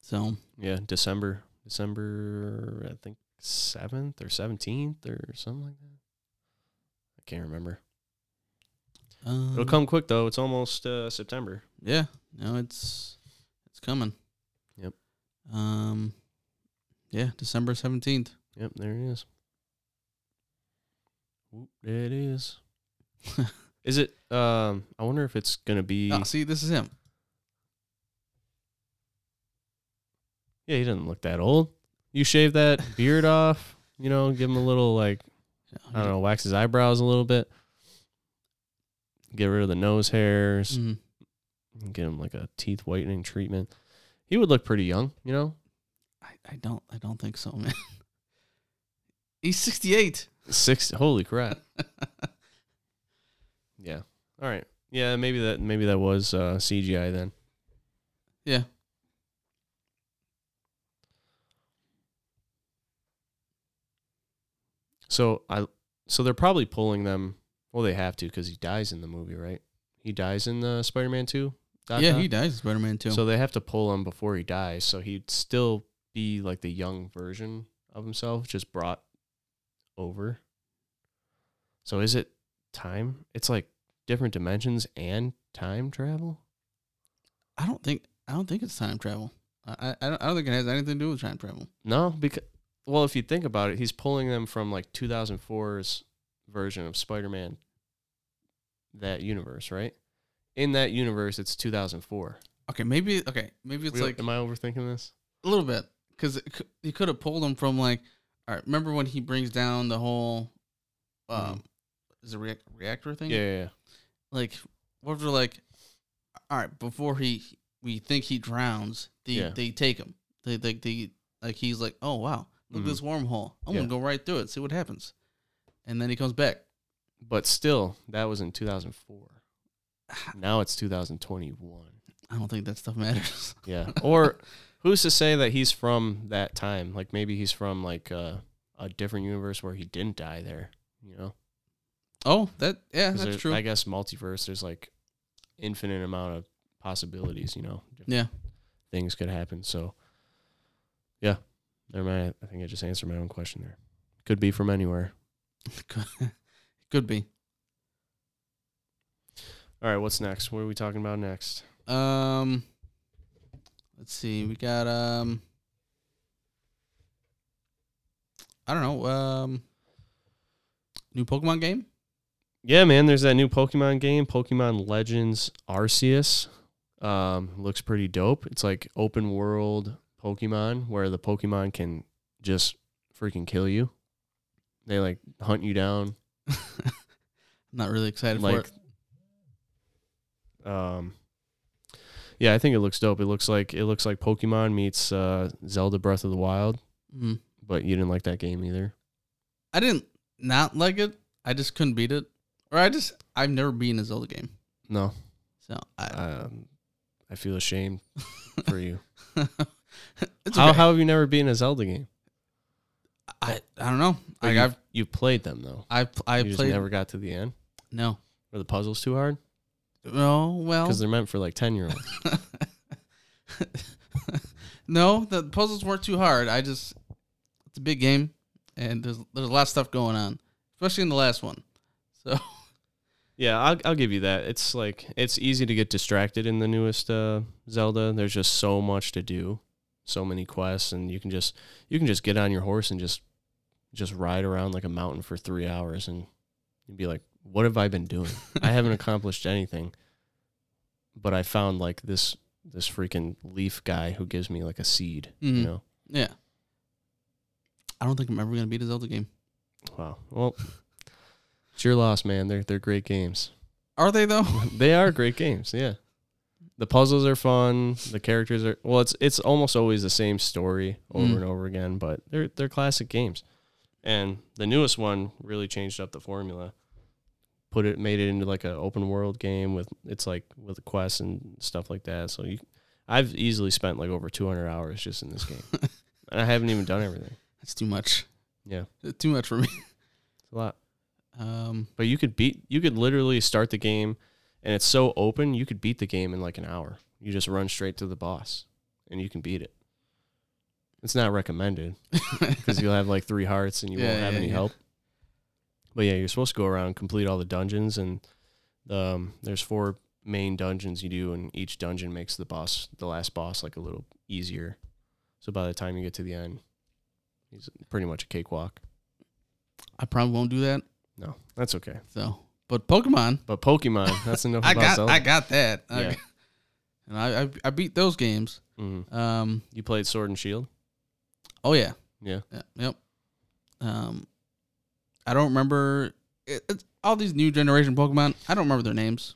A: So
B: yeah december december i think 7th or 17th or something like that i can't remember
A: um,
B: it'll come quick though it's almost uh september
A: Yeah, no, it's it's coming.
B: Yep.
A: Um, yeah, December seventeenth.
B: yep there it is Whoop, there it is Is it? Um, I wonder if it's gonna be.
A: oh, see, this is him.
B: Yeah, he doesn't look that old. You shave that beard off. You know, give him a little like I don't know, wax his eyebrows a little bit. Get rid of the nose hairs.
A: Mhm.
B: and Get him like a teeth whitening treatment. He would look pretty young. You know,
A: I, I don't I don't think so, man. He's sixty eight.
B: six. Holy crap. yeah. All right. Yeah. Maybe that. Maybe that was uh, CGI then.
A: Yeah.
B: So I so they're probably pulling them. Well, they have to because he dies in the movie, right? He dies in the Spider-Man Two. Doc
A: Yeah,
B: Ock?
A: he dies Spider Man too.
B: So they have to pull him before he dies. So he'd still be like the young version of himself, just brought over. So is it time? It's like different dimensions and time travel.
A: I don't think I don't think it's time travel. I I, I don't, I don't think it has anything to do with time travel.
B: No, because well, if you think about it, he's pulling them from like 2004's version of Spider-Man that universe, right? In that universe, it's 2004.
A: Okay, maybe okay, maybe it's
B: We-
A: like
B: am I overthinking this?
A: a little bit because you could have pulled him from like. All right, remember when he brings down the whole, um, is it reac- reactor thing?
B: Mm-hmm. Yeah, yeah, yeah.
A: like what if they're like all right before he we think he drowns they
B: Yeah.
A: they take him they they, they like he's like oh wow look at
B: Mhm.
A: this wormhole i'm
B: Yeah.
A: gonna go right through it see what happens and then he comes back
B: But still, that was in 2004. Now it's 2021.
A: i don't think that stuff matters
B: Yeah. Or who's to say that he's from that time? Like maybe he's from like uh, a different universe where he didn't die there, you know?
A: oh that yeah
B: 'Cause
A: that's
B: there-
A: true
B: I guess multiverse, there's like infinite amount of possibilities, you know? Different
A: Yeah.
B: Things could happen. So, yeah. Never mind. I think I just answered my own question there. Could be from anywhere.
A: could be
B: All right. What's next? What are we talking about next?
A: um let's see we got um i don't know um new pokemon game
B: Yeah, man, there's that new Pokemon game, Pokemon Legends Arceus. Um, looks pretty dope. It's like open world Pokemon where the Pokemon can just freaking kill you. They like hunt you down.
A: i'm not really excited for it
B: like um Yeah, I think it looks dope. It looks like it looks like Pokemon meets uh Zelda Breath of the Wild,
A: Mm.
B: but you didn't like that game either.
A: I didn't not like it. I just couldn't beat it, or I just I've never beaten a Zelda game,
B: No.
A: so I.
B: Um I feel ashamed for you.
A: it's
B: how
A: okay.
B: how have you never beaten a Zelda game?
A: I I don't know.
B: But
A: Like
B: you've-
A: I've
B: you've played them though.
A: I've I
B: you just
A: played
B: never got to the end.
A: no
B: Were the puzzles too hard?
A: no well
B: Because they're meant for like ten year olds.
A: no the puzzles weren't too hard. I just it's a big game and there's there's a lot of stuff going on, especially in the last one. So
B: yeah, I'll I'll give you that. It's like it's easy to get distracted in the newest uh, Zelda. There's just so much to do, so many quests, and you can just you can just get on your horse and just just ride around like a mountain for three hours, and you'd be like, "What have I been doing? I haven't accomplished anything." but I found like this this freaking leaf guy who gives me like a seed.
A: Mhm.
B: You know,
A: Yeah. I don't think I'm ever gonna beat a Zelda game.
B: wow. Well, it's your loss, man. They're they're great games.
A: Are they though?
B: they are great games. Yeah, the puzzles are fun. The characters are well. It's it's almost always the same story over
A: Mm.
B: and over again, but they're they're classic games. And the newest one really changed up the formula. Put it made it into like an open world game with it's like with quests and stuff like that. So you, I've easily spent like over two hundred hours just in this game, and I haven't even done everything.
A: That's too much.
B: Yeah.
A: Too much for me.
B: It's a lot.
A: Um
B: But you could beat you could literally start the game and it's so open you could beat the game in like an hour. You just run straight to the boss and you can beat it. It's not recommended because you'll have like three hearts and you
A: Yeah,
B: won't have
A: yeah,
B: any
A: yeah.
B: help. But yeah, you're supposed to go around and complete all the dungeons and um, there's four main dungeons you do and each dungeon makes the boss the last boss like a little easier. So by the time you get to the end, he's pretty much a cakewalk.
A: I probably won't do that.
B: No, that's okay.
A: So but Pokemon
B: But Pokemon, that's enough
A: I
B: about
A: got
B: Zelda.
A: I got that. I-
B: Yeah.
A: and I, I I beat those games.
B: Mhm.
A: Um
B: You played Sword and Shield?
A: oh yeah.
B: Yeah.
A: Yeah, yep. Um I don't remember it, it's all these new generation Pokemon, I don't remember their names.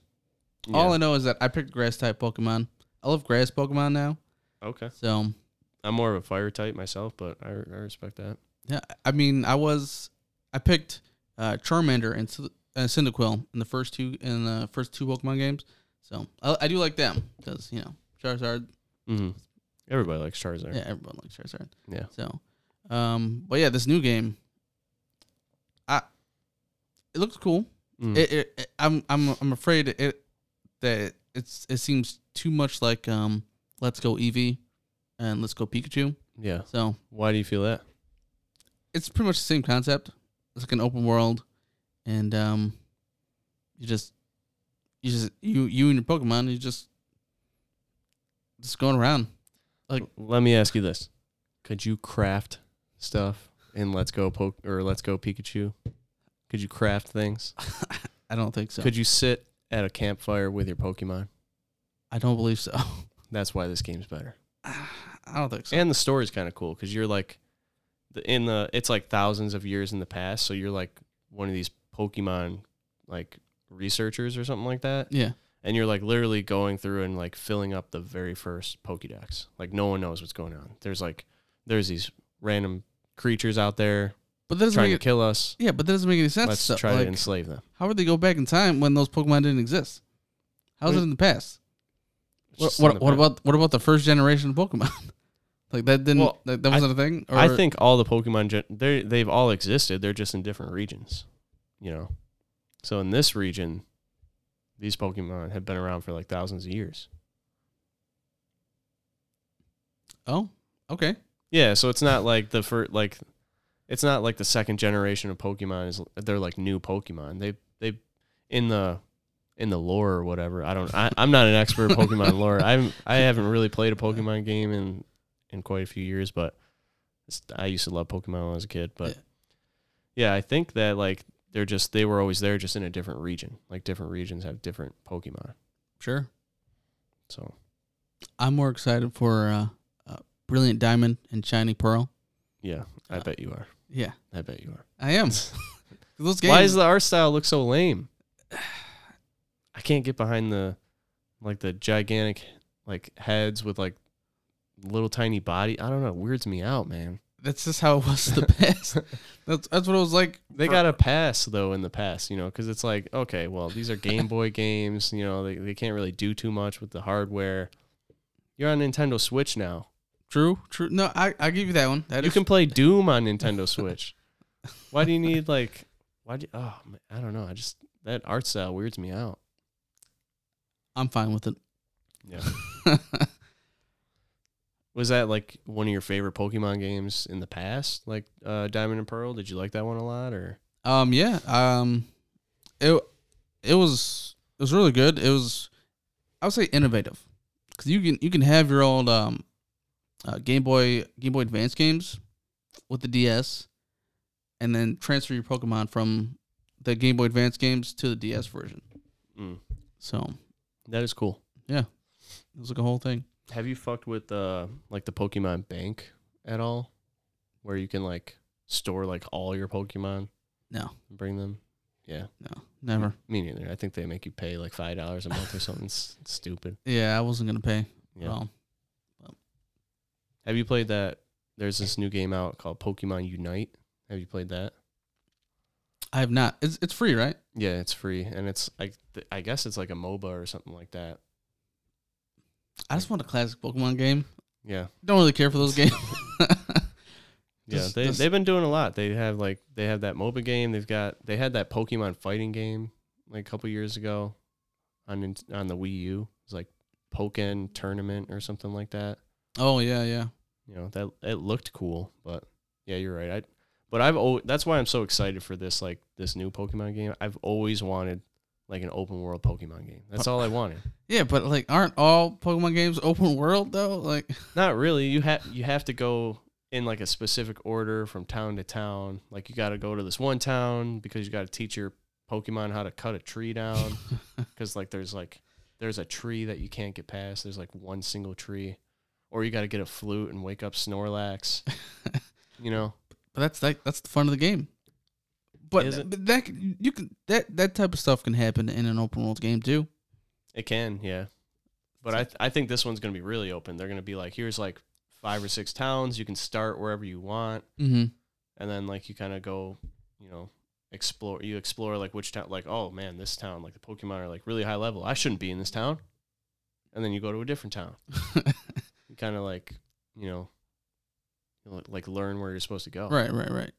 A: All I know is that I picked grass type Pokemon. I love grass Pokemon now.
B: okay.
A: So
B: I'm more of a fire type myself, but I, I respect that.
A: Yeah, I mean, I was I picked uh, Charmander and Sy- uh, Cyndaquil in the first two in the first two Pokemon games, so I, I do like them because you know Charizard.
B: hmm Everybody likes Charizard.
A: Yeah, everyone likes Charizard.
B: Yeah.
A: So, um, but yeah, this new game, I it looks cool.
B: Mm.
A: It, it, it- I'm I'm I'm afraid it that it's it seems too much like um Let's Go Eevee and Let's Go Pikachu.
B: yeah.
A: So
B: Why do you feel that?
A: it's pretty much the same concept. It's like an open world, and um, you just you just you you and your Pokemon you just just going around. Like-
B: Let me ask you this: Could you craft stuff in Let's Go Poke or Let's Go Pikachu? Could you craft things?
A: I don't think so.
B: Could you sit at a campfire with your Pokemon?
A: I don't believe so.
B: That's why this game's better.
A: I don't think so.
B: and the story's kind of cool because you're like the, in the it's like thousands of years in the past so you're like one of these pokemon like researchers or something like that
A: yeah,
B: and you're like literally going through and like filling up the very first pokédex like no one knows what's going on there's like there's these random creatures out there
A: but that doesn't
B: trying
A: make
B: to
A: it,
B: kill us
A: yeah, but that doesn't make any sense.
B: let's
A: So,
B: try
A: like,
B: to enslave them
A: how would they go back in time when those Pokemon didn't exist? How's
B: What-
A: it in the past?
B: It's
A: What
B: just in
A: what,
B: the
A: what
B: past.
A: about what about the first generation of Pokemon? like that didn't
B: Well,
A: that, that
B: I-
A: wasn't a thing. Or,
B: i think all the pokemon gen- they they've all existed they're just in different regions you know so in this region these pokemon have been around for like thousands of years
A: oh okay
B: yeah so it's not like the first like it's not like the second generation of pokemon is they're like new pokemon they they in the in the lore or whatever i don't I, i'm not an expert in pokemon lore i'm i haven't really played a pokemon game in in quite a few years but it's- i used to love pokemon when i was a kid but
A: Yeah.
B: yeah i think that like they're just they were always there just in a different region like different regions have different pokemon
A: sure.
B: so
A: I'm more excited for uh, uh, Brilliant Diamond and Shiny Pearl.
B: yeah i
A: Uh,
B: bet you are
A: Yeah,
B: i bet you are
A: I am. Those games.
B: Why does the art style look so lame? I can't get behind the like the gigantic like heads with like little tiny body. I don't know. It weirds me out, man.
A: that's just how it was in the past. that's that's what it was like.
B: They
A: for-
B: got a pass though in the past, you know, because it's like okay, well these are Game Boy games, you know, they they can't really do too much with the hardware. You're on Nintendo Switch now.
A: true, true. No, I I give you that one. That
B: You
A: is-
B: can play Doom on Nintendo Switch. Why do you need like? Why do? You, oh, man, I don't know. I just that art style weirds me out.
A: I'm fine with it.
B: Yeah. Was that like one of your favorite Pokemon games in the past, like uh, Diamond and Pearl? Did you like that one a lot, or
A: um. Yeah. Um. It it was it was really good. It was I would say innovative because you can you can have your old um uh, Game Boy Game Boy Advance games with the DS, and then transfer your Pokemon from the Game Boy Advance games to the DS version.
B: Mm.
A: So
B: that is cool?
A: It was like a whole thing.
B: Have you fucked with uh like the Pokemon Bank at all, where you can like store like all your Pokemon?
A: No.
B: and bring them.
A: No, never.
B: Me neither. I think they make you pay like five dollars a month or something s- stupid.
A: Yeah, I wasn't gonna pay
B: Yeah.
A: at all.
B: Have you played that? There's this new game out called Pokemon Unite. Have you played that?
A: I have not. It's it's free, right?
B: Yeah, it's free and it's I th- I guess it's like a MOBA or something like that.
A: I just want a classic Pokemon game.
B: Yeah.
A: Don't really care for those games.
B: Yeah,
A: Does-
B: they
A: does-
B: they've been doing a lot. They have like they have that MOBA game. They've got they had that Pokemon fighting game like a couple years ago on Nin- on the Wii U. It's like Pokken tournament or something like that.
A: oh yeah, yeah.
B: You know that it looked cool, but yeah, you're right. I but I've al- that's why I'm so excited for this like this new Pokemon game. I've always wanted like an open world Pokemon game.
A: Uh,
B: That's all I wanted.
A: Yeah, but like aren't all Pokemon games open world though? Like
B: Not really. You have you have to go in like a specific order from town to town. Like you got to go to this one town because you got to teach your Pokemon how to cut a tree down because like there's like there's a tree that you can't get past. There's like one single tree, or you got to get a flute and wake up Snorlax. you know,
A: But that's like that's the fun of the game. But,
B: Is it?
A: but that can- you can that that type of stuff can happen in an open world game too.
B: it can, yeah. But I I think this one's gonna be really open. They're gonna be like here's like five or six towns. You can start wherever you want.
A: Mm-hmm.
B: and then like you kind of go, you know, explore. You explore like which town, like oh man, this town, like the Pokemon are like really high level. I shouldn't be in this town, and then you go to a different town. You kind of like, you know, you know, like learn where you're supposed to go.
A: Right, right, right.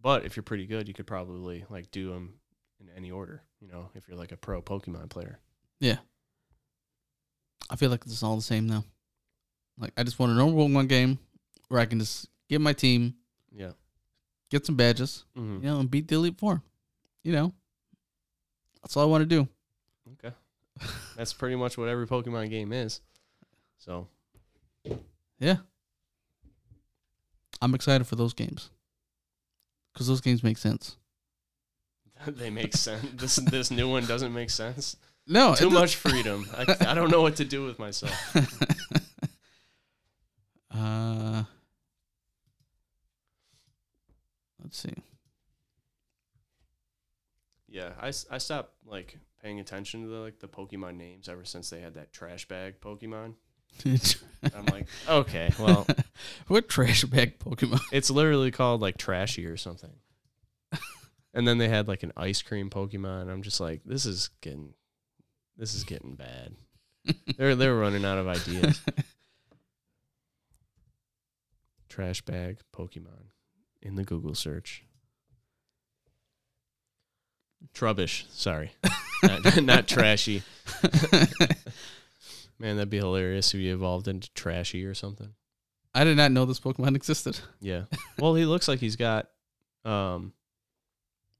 B: But if you're pretty good, you could probably like do them in any order. You know, if you're like a pro Pokemon player.
A: I feel like it's all the same now. Like I just want an open world game where I can just get my team,
B: Yeah.
A: get some badges,
B: Mm-hmm.
A: you know, and beat the Elite Four. You know, that's all I want to do.
B: Okay. That's pretty much what every Pokemon game is. So
A: I'm excited for those games because those games make sense.
B: they make sense. This this new one doesn't make sense.
A: No, Oh, it
B: too
A: does-
B: much freedom. I, I don't know what to do with myself.
A: uh, let's see.
B: Yeah, I, s- I stopped like paying attention to the, like the Pokemon names ever since they had that trash bag Pokemon. I'm like, okay, well,
A: what trash bag Pokemon?
B: it's literally called like Trashy or something. And then they had like an ice cream Pokemon. I'm just like, this is getting, this is getting bad. They're they're running out of ideas. Trash bag Pokemon in the Google search. Trubbish, sorry, not, not trashy. Man, that'd be hilarious if you evolved into trashy or something.
A: I did not know this Pokemon existed.
B: Yeah. Well, he looks like he's got, um,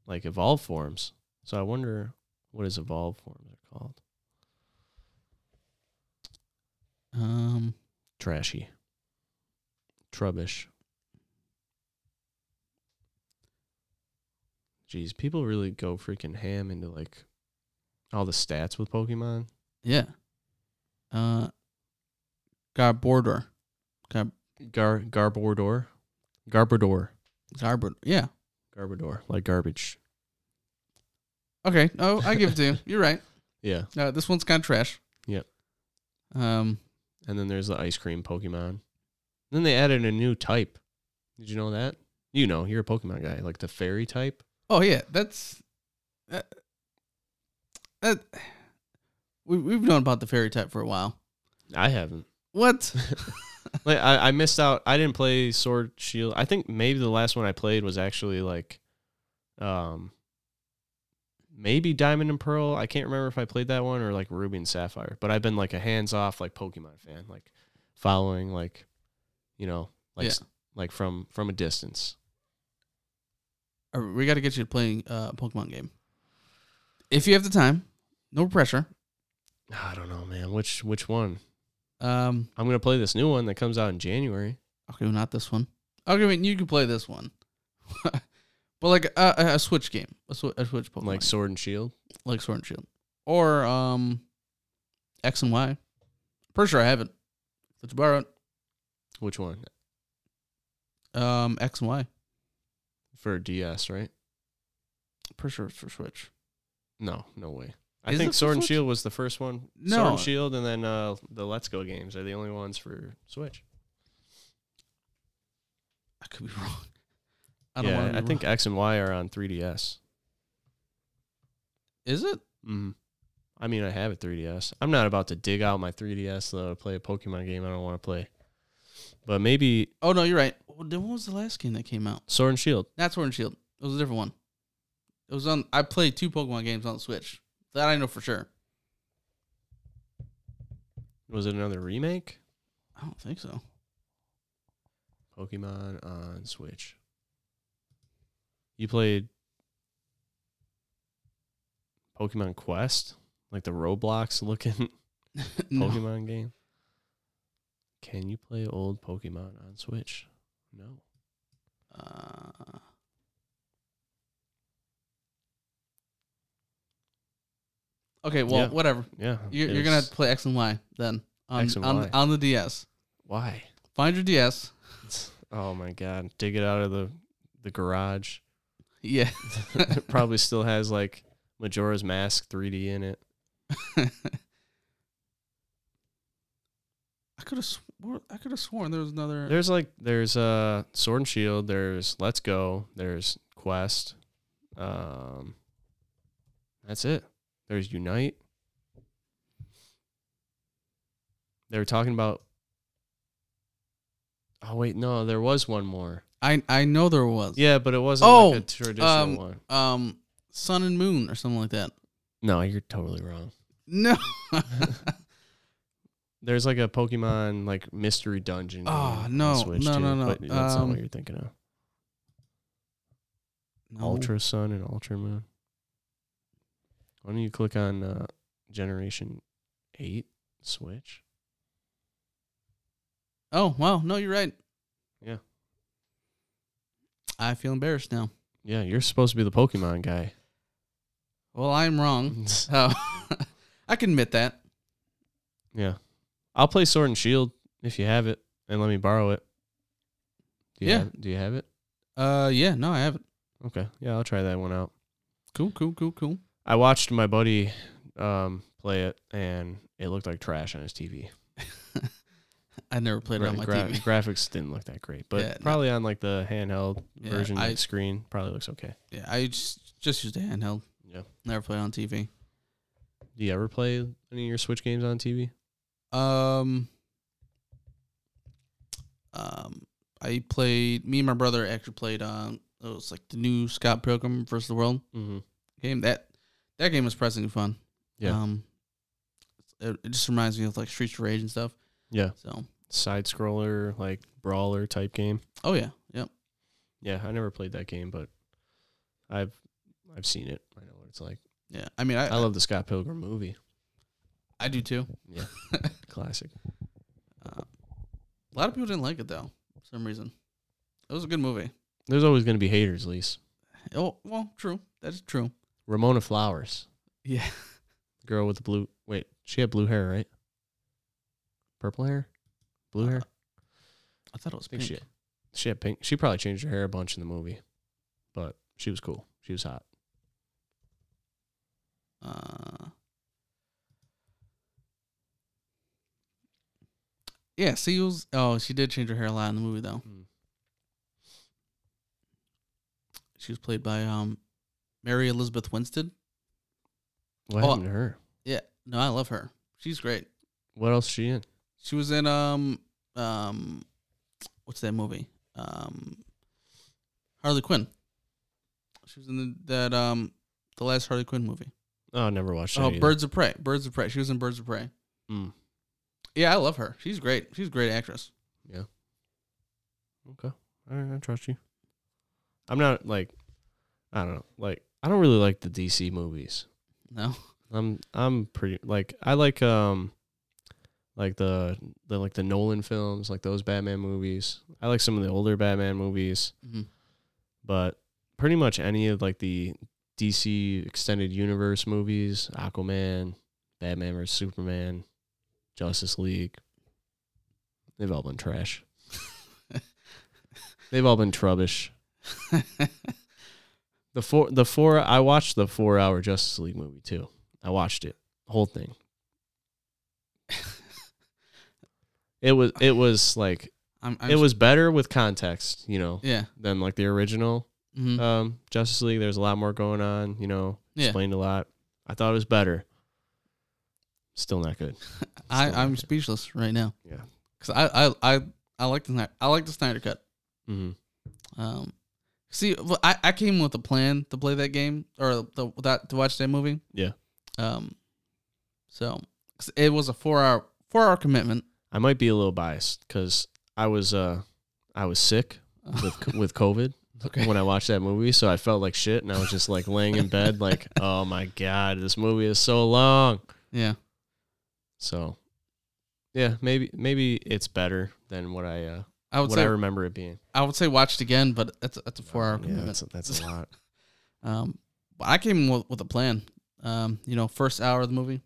B: like evolved forms. So I wonder what his evolved forms are called.
A: Um,
B: Trashy. Trubbish. Jeez, people really go freaking ham into like all the stats with Pokemon.
A: yeah. Uh, got border.
B: Gar Garbodor. Garbodor.
A: Garbodor. Yeah.
B: Garbodor. Like garbage.
A: Okay. Oh, I give it to you. You're right.
B: Yeah.
A: Uh, this one's kind of trash.
B: Yep.
A: Um.
B: And then there's the ice cream Pokemon. Then they added a new type. Did you know that? You know, you're a Pokemon guy, like the fairy type.
A: Oh yeah, that's that. that we we've known about the fairy type for a while.
B: I haven't.
A: What?
B: Like I, I missed out. I didn't play Sword Shield. I think maybe the last one I played was actually like, um, maybe Diamond and Pearl. I can't remember if I played that one or like Ruby and Sapphire. But I've been like a hands off like Pokemon fan, like following like, you know, like
A: Yeah.
B: s- like from from a distance.
A: All right, we got to get you to playing uh, a Pokemon game. If you have the time, no pressure.
B: I don't know, man. Which which one?
A: Um.
B: I'm gonna play this new one that comes out in January.
A: Okay, well, not this one. Okay, I mean you can play this one, but like a, a, a
B: Oh
A: Switch game, a, sw- a Switch Pokemon,
B: Like
A: like
B: Sword and Shield.
A: like Sword and Shield, or um, X and Y. Pretty sure I haven't. Let you borrow it.
B: Which one?
A: Um, X and Y.
B: For DS, right?
A: Pretty sure it's for Switch.
B: No, no way. I
A: Is it
B: think
A: for
B: Sword and
A: Switch?
B: Shield was the first one. Sword
A: No.
B: and Shield, and then uh, the Let's Go games are the only ones for Switch.
A: I could be wrong. I don't
B: yeah,
A: want to.
B: I think X and Y are on 3DS.
A: is it?
B: Mm. I mean, I have a 3DS. I'm not about to dig out my 3DS though to play a Pokemon game I don't want to play. But maybe
A: Oh no, you're right. Well, then what was the last game that came out?
B: Sword and Shield.
A: Not Sword and Shield. It was a different one. It was on. I played two Pokemon games on the Switch. That I know for sure.
B: Was it another remake?
A: I don't think so.
B: Pokemon on Switch. You played Pokemon Quest? Like the Roblox looking
A: No.
B: Pokemon game? Can you play old Pokemon on Switch? No.
A: Uh, okay, well,
B: Yeah.
A: whatever.
B: Yeah.
A: You're,
B: it
A: you're gonna have
B: was-
A: to play X and Y then on
B: X and
A: on,
B: Y.
A: on the DS.
B: Why?
A: Find your DS.
B: Oh my god. Dig it out of the the garage.
A: Yeah,
B: it probably still has like Majora's Mask 3D in it.
A: I could have swore I could have sworn there was another.
B: There's like there's uh Sword and Shield, there's Let's Go, there's Quest. Um That's it. There's Unite. They were talking about Oh wait, no, there was one more.
A: I I know there was.
B: Yeah, but it wasn't
A: Oh,
B: like a traditional
A: um,
B: one.
A: Um, Sun and Moon or something like that.
B: No, you're totally wrong.
A: No.
B: There's like a Pokemon like mystery dungeon.
A: Oh,
B: game on
A: no,
B: Switch,
A: no,
B: too,
A: no, no.
B: But that's not
A: Um,
B: what you're thinking of.
A: No.
B: Ultra Sun and Ultra Moon. Why don't you click on uh, Generation Eight Switch?
A: Oh wow, no, you're right.
B: Yeah.
A: I feel embarrassed now.
B: Yeah, you're supposed to be the Pokemon guy.
A: Well, I'm wrong. Oh, I can admit that.
B: yeah, I'll play Sword and Shield if you have it, and let me borrow it. Do you
A: Yeah.
B: Have, do you have it?
A: Uh, yeah, no, I haven't.
B: Okay. Yeah, I'll try that one out.
A: Cool, cool, cool, cool.
B: I watched my buddy um, play it, and it looked like trash on his TV.
A: I never played it on my
B: Gra-
A: TV.
B: gra- Graphics didn't look that great, but
A: Yeah, no.
B: probably on like the handheld
A: Yeah,
B: version
A: I-
B: like, screen probably looks okay.
A: Yeah, I just just used a handheld.
B: Yeah.
A: Never played on TV.
B: Do you ever play any of your Switch games on TV?
A: Um. Um, I played. Me and my brother actually played. Um, it was like the new Scott Pilgrim versus the World
B: Mm-hmm.
A: game. That that game was surprisingly fun.
B: Yeah.
A: Um, it, it just reminds me of like Streets of Rage and stuff.
B: Yeah,
A: So,
B: side scroller like brawler type game.
A: oh yeah, yep.
B: Yeah, I never played that game, but I've I've seen it. I know what it's like.
A: Yeah, I mean, I I,
B: I love the Scott Pilgrim movie,
A: do too.
B: classic.
A: Uh, a lot of people didn't like it though, for some reason. It was a good movie.
B: There's always going to be haters, Lise.
A: Oh well, true. That's true.
B: Ramona Flowers,
A: Yeah.
B: girl with the blue. Wait, she had blue hair, right? Purple hair, blue hair.
A: I thought it was
B: Uh, think
A: pink.
B: she she had pink. She probably changed her hair a bunch in the movie, but she was cool. She was hot.
A: Uh, yeah, see, it was, oh, she did change her hair a lot in the movie though. She was played by um, Mary Elizabeth Winstead.
B: What
A: Oh.
B: happened to her?
A: Yeah, no, I love her. She's great.
B: What else is she in?
A: She was in um um, what's that movie? Um, Harley Quinn. She was in the, that um the last Harley Quinn movie.
B: Oh, I never watched.
A: Oh,
B: that either.
A: Birds of Prey. Birds of Prey. She was in Birds of Prey.
B: Mm.
A: Yeah, I love her. She's great. She's a great actress.
B: All right, I trust you. I'm not like, I don't know. Like, I don't really like the DC movies.
A: No,
B: I'm I'm pretty like I like um, like the the like the Nolan films, like those Batman movies. I like some of the older Batman movies.
A: Mhm.
B: but pretty much any of like the DC extended universe movies, Aquaman, Batman vs Superman, Justice League. They've all been trash. They've all been trubbish. The four, the four. I watched the four-hour Justice League movie too. I watched it, whole thing. it was, it was like
A: I'm, I'm
B: it was better with context, you know,
A: yeah.
B: than like the original
A: hmm
B: um, Justice League. There's a lot more going on, you know.
A: Yeah.
B: Explained a lot. I thought it was better. Still not good.
A: I
B: still
A: I'm
B: like it.
A: speechless right now.
B: Yeah.
A: Because I I I I like the Snyder- I like the Snyder cut.
B: Mm-hmm.
A: Um, see, well, I, I came with a plan to play that game or the, that to watch that movie.
B: Yeah.
A: Um, so 'cause it was a four hour four hour commitment.
B: I might be a little biased because I was, uh, I was sick with with COVID.
A: okay.
B: when I watched that movie, so I felt like shit, and I was just like laying in bed, like, oh my god, this movie is so long.
A: Yeah.
B: So, yeah, maybe maybe it's better than what I uh,
A: I would
B: what
A: say
B: I
A: I,
B: remember it being.
A: would say watched again, but that's that's a four hour
B: yeah,
A: commitment.
B: that's, that's a lot.
A: Um, but I came with, with a plan. Um, you know, first hour of the movie,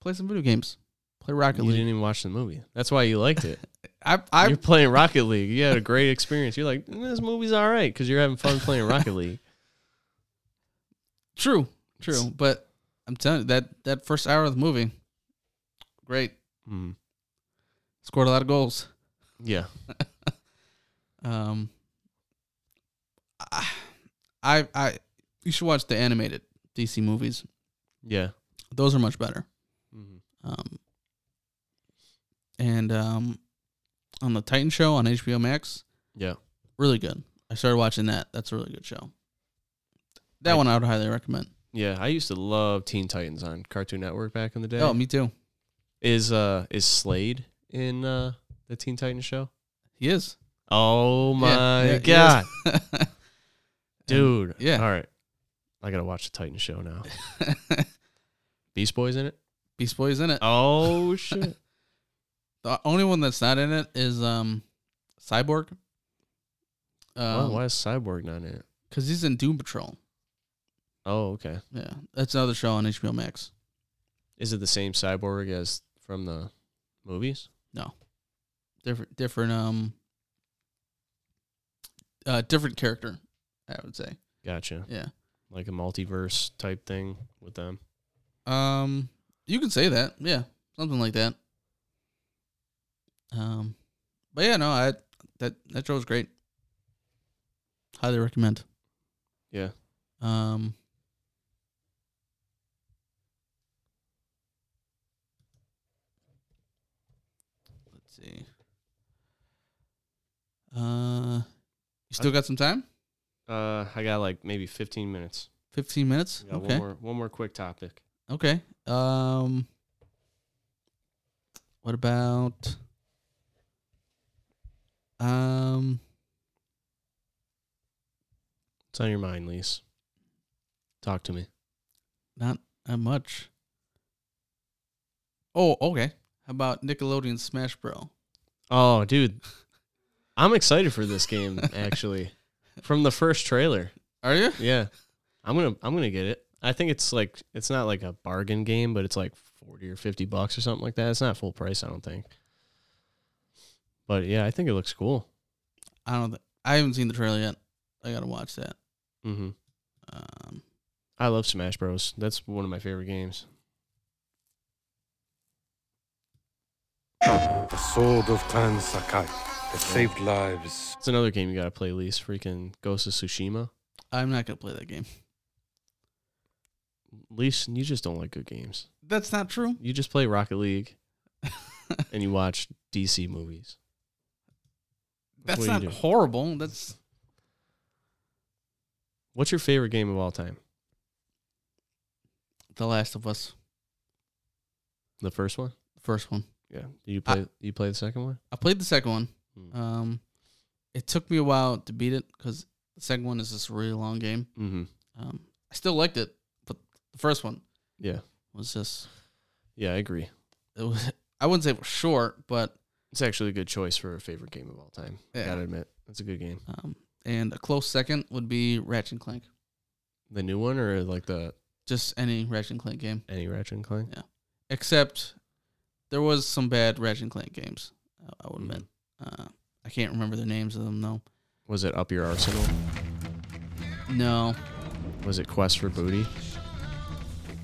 A: play some video games, play Rocket
B: You
A: League.
B: didn't even watch the movie. That's why you liked it.
A: I I
B: you're playing Rocket League. You had a great experience. You're like, "Mm, this movie's all right because you're having fun playing Rocket League.
A: true true, but I'm telling you that that first hour of the movie, great,
B: Mm.
A: scored a lot of goals.
B: Yeah,
A: Um, I, I, I, you should watch the animated DC movies.
B: yeah.
A: Those are much better.
B: Mhm.
A: Um, and um, on the Titan show on HBO Max,
B: Yeah.
A: really good. I started watching that. That's a really good show. That
B: I-
A: one I would highly recommend.
B: Yeah, I used to love Teen Titans on Cartoon Network back in the day.
A: Oh, me too.
B: Is uh is Slade in uh the Teen Titans show?
A: He is.
B: Oh
A: Yeah,
B: my
A: yeah, he
B: god,
A: is.
B: dude!
A: yeah.
B: all right, I gotta watch the Titan show now. Beast Boy's in it.
A: Beast Boy's in it.
B: Oh shit!
A: The only one that's not in it is um, Cyborg.
B: Wow,
A: Um,
B: why is Cyborg not in it?
A: Because he's in Doom Patrol.
B: Oh, okay.
A: Yeah, that's another show on HBO Max.
B: Is it the same Cyborg as from the movies?
A: Different, different, um, uh, different character. I would say,
B: Gotcha.
A: yeah.
B: Like a multiverse type thing with them.
A: Um, you could say that, yeah, something like that. Um, but yeah, no, I that that show was great. Highly recommend.
B: Yeah.
A: Um. Let's see. Uh, you still got some time?
B: Uh, I got like maybe 15 minutes.
A: Fifteen minutes.
B: We got
A: okay.
B: one more one more quick topic.
A: Okay. Um. What about? Um.
B: It's on your mind, Lise. Talk to me.
A: Not not much. Oh, okay. How about Nickelodeon Smash Bro?
B: Oh, dude. I'm excited for this game actually. From the first trailer.
A: Are you?
B: Yeah. I'm going to I'm going to get it. I think it's like it's not like a bargain game, but it's like 40 or 50 bucks or something like that. It's not full price, I don't think. But yeah, I think it looks cool.
A: I don't. Th- I haven't seen the trailer yet. I gotta watch that.
B: Mhm.
A: Um.
B: I love Smash Bros. That's one of my favorite games.
C: The sword of Clan Sakai that saved lives.
B: It's another game you got to play, Lise. Freaking Ghost of Tsushima.
A: I'm not gonna play that game.
B: Lise, you just don't like good games.
A: That's not true.
B: You just play Rocket League and you watch DC movies.
A: That's
B: what
A: not
B: do you do.
A: horrible. That's
B: What's your favorite game of all time?
A: The Last of Us,
B: The first one?
A: the first one.
B: Yeah. Do you
A: I-
B: play you play the second one?
A: I played the second one.
B: Mm.
A: Um, it took me a while to beat it because the second one is this really long game.
B: Mm-hmm.
A: Um, I still liked it, but the first one
B: Yeah.
A: was just
B: Yeah, I agree.
A: it was. I wouldn't say it was short, but
B: It's actually a good choice for a favorite game of all time.
A: Yeah.
B: Gotta admit. That's a good game.
A: um, and a close second would be Ratchet and Clank.
B: The new one or like the
A: Just any Ratchet and Clank game,
B: any Ratchet and Clank?
A: except there was some bad Ratchet and Clank games. I, I would
B: Mhm.
A: admit. Uh, I can't remember the names of them though.
B: Was it Up Your Arsenal?
A: No,
B: Was it Quest for Booty?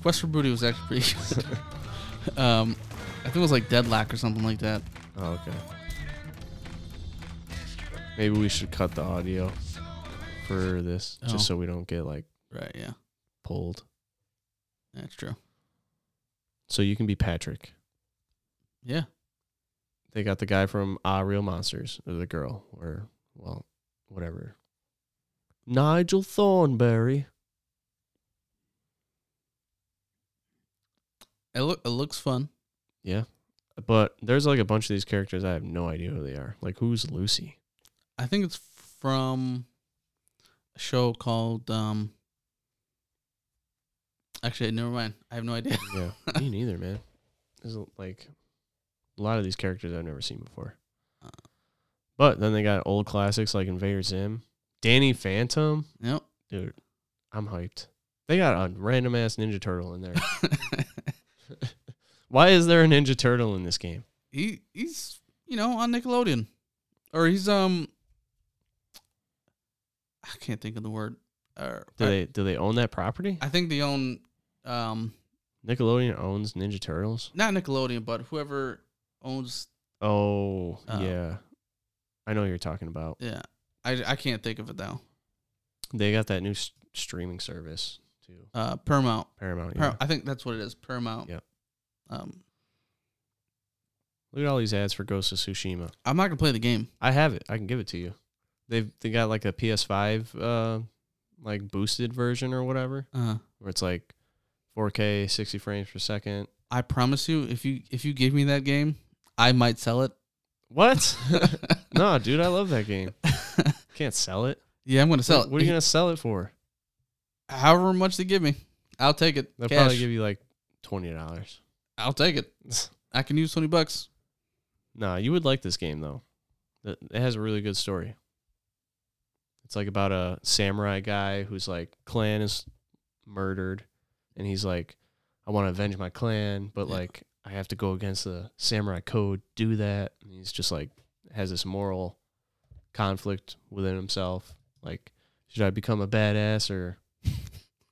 A: Quest for Booty was actually pretty good. um, I think it was like Deadlock or something like that.
B: Oh, okay. Maybe we should cut the audio for this
A: Oh.
B: just so we don't get like
A: Right. Yeah,
B: pulled.
A: that's true.
B: So you can be Patrick.
A: Yeah.
B: They got the guy from Ah Real Monsters, or the girl, or well, whatever. Nigel Thornberry.
A: It look it looks fun.
B: Yeah. But there's like a bunch of these characters I have no idea who they are. Like who's Lucy?
A: I think it's from a show called um Actually, never mind. I have no idea.
B: Yeah. Me neither, man. There's like a lot of these characters I've never seen before.
A: Uh.
B: But then they got old classics like Invader Zim, Danny Phantom,
A: Yep.
B: dude. I'm hyped. They got a random ass Ninja Turtle in there. Why is there a Ninja Turtle in this game?
A: he he's, you know, on Nickelodeon. Or he's um I can't think of the word. Or
B: Do they do they own that property?
A: I think they own um
B: Nickelodeon owns Ninja Turtles.
A: not Nickelodeon, but whoever owns
B: Oh
A: Oh.
B: yeah, I know what you're talking about.
A: yeah. I, I can't think of it now.
B: They got that new s- streaming service too.
A: Uh Paramount.
B: Paramount. Yeah.
A: Par- I think that's what it is. Paramount.
B: Yep.
A: Um
B: Look at all these ads for Ghost of Tsushima.
A: I'm not gonna play the game.
B: I have it. I can give it to you. They've they got like a PS5 uh like boosted version or whatever
A: Uh
B: where it's like 4K 60 frames per second.
A: I promise you, if you if you give me that game, I might sell it.
B: What? no, dude, I love that game. Can't sell it.
A: yeah, I'm gonna sell it.
B: What are you gonna sell it for?
A: However much they give me, I'll take it.
B: They'll
A: Cash.
B: probably give you like twenty dollars.
A: I'll take it. I can use twenty bucks.
B: Nah, you would like this game though. It it has a really good story. It's like about a samurai guy who's like clan is murdered, and he's like, I want to avenge my clan, but
A: Yeah.
B: like I have to go against the samurai code. Do that. And he's just like has this moral conflict within himself. Like, should I become a badass or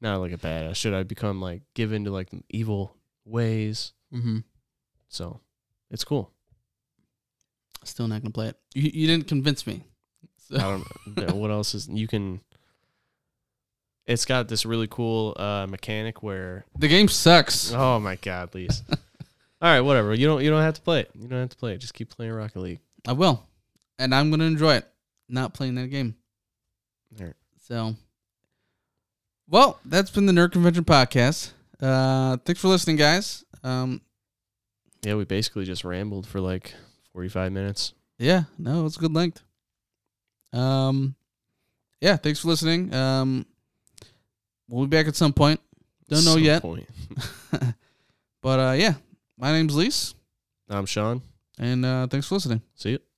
B: not like a badass? Should I become like give into like evil ways?
A: Mm-hmm.
B: So it's cool.
A: Still not gonna play it. You, you didn't convince me. So,
B: I don't know what else is you can. It's got this really cool uh, mechanic where
A: the game sucks.
B: oh my god, Lise. All right, whatever. You don't you don't have to play it. You don't have to play it. Just keep playing Rocket League.
A: I will, and I'm gonna enjoy it. Not playing that game.
B: Alright.
A: So, well, that's been the Nerd Convention podcast. Uh, thanks for listening, guys. Um,
B: Yeah, we basically just rambled for like forty five minutes.
A: Yeah, no, it's a good length. Um, yeah, thanks for listening. Um, we'll be back at some point, Don't know
B: Some
A: yet.
B: point.
A: but uh, yeah, my name's Lise,
B: I'm Sean.
A: and uh, thanks for listening.
B: See you.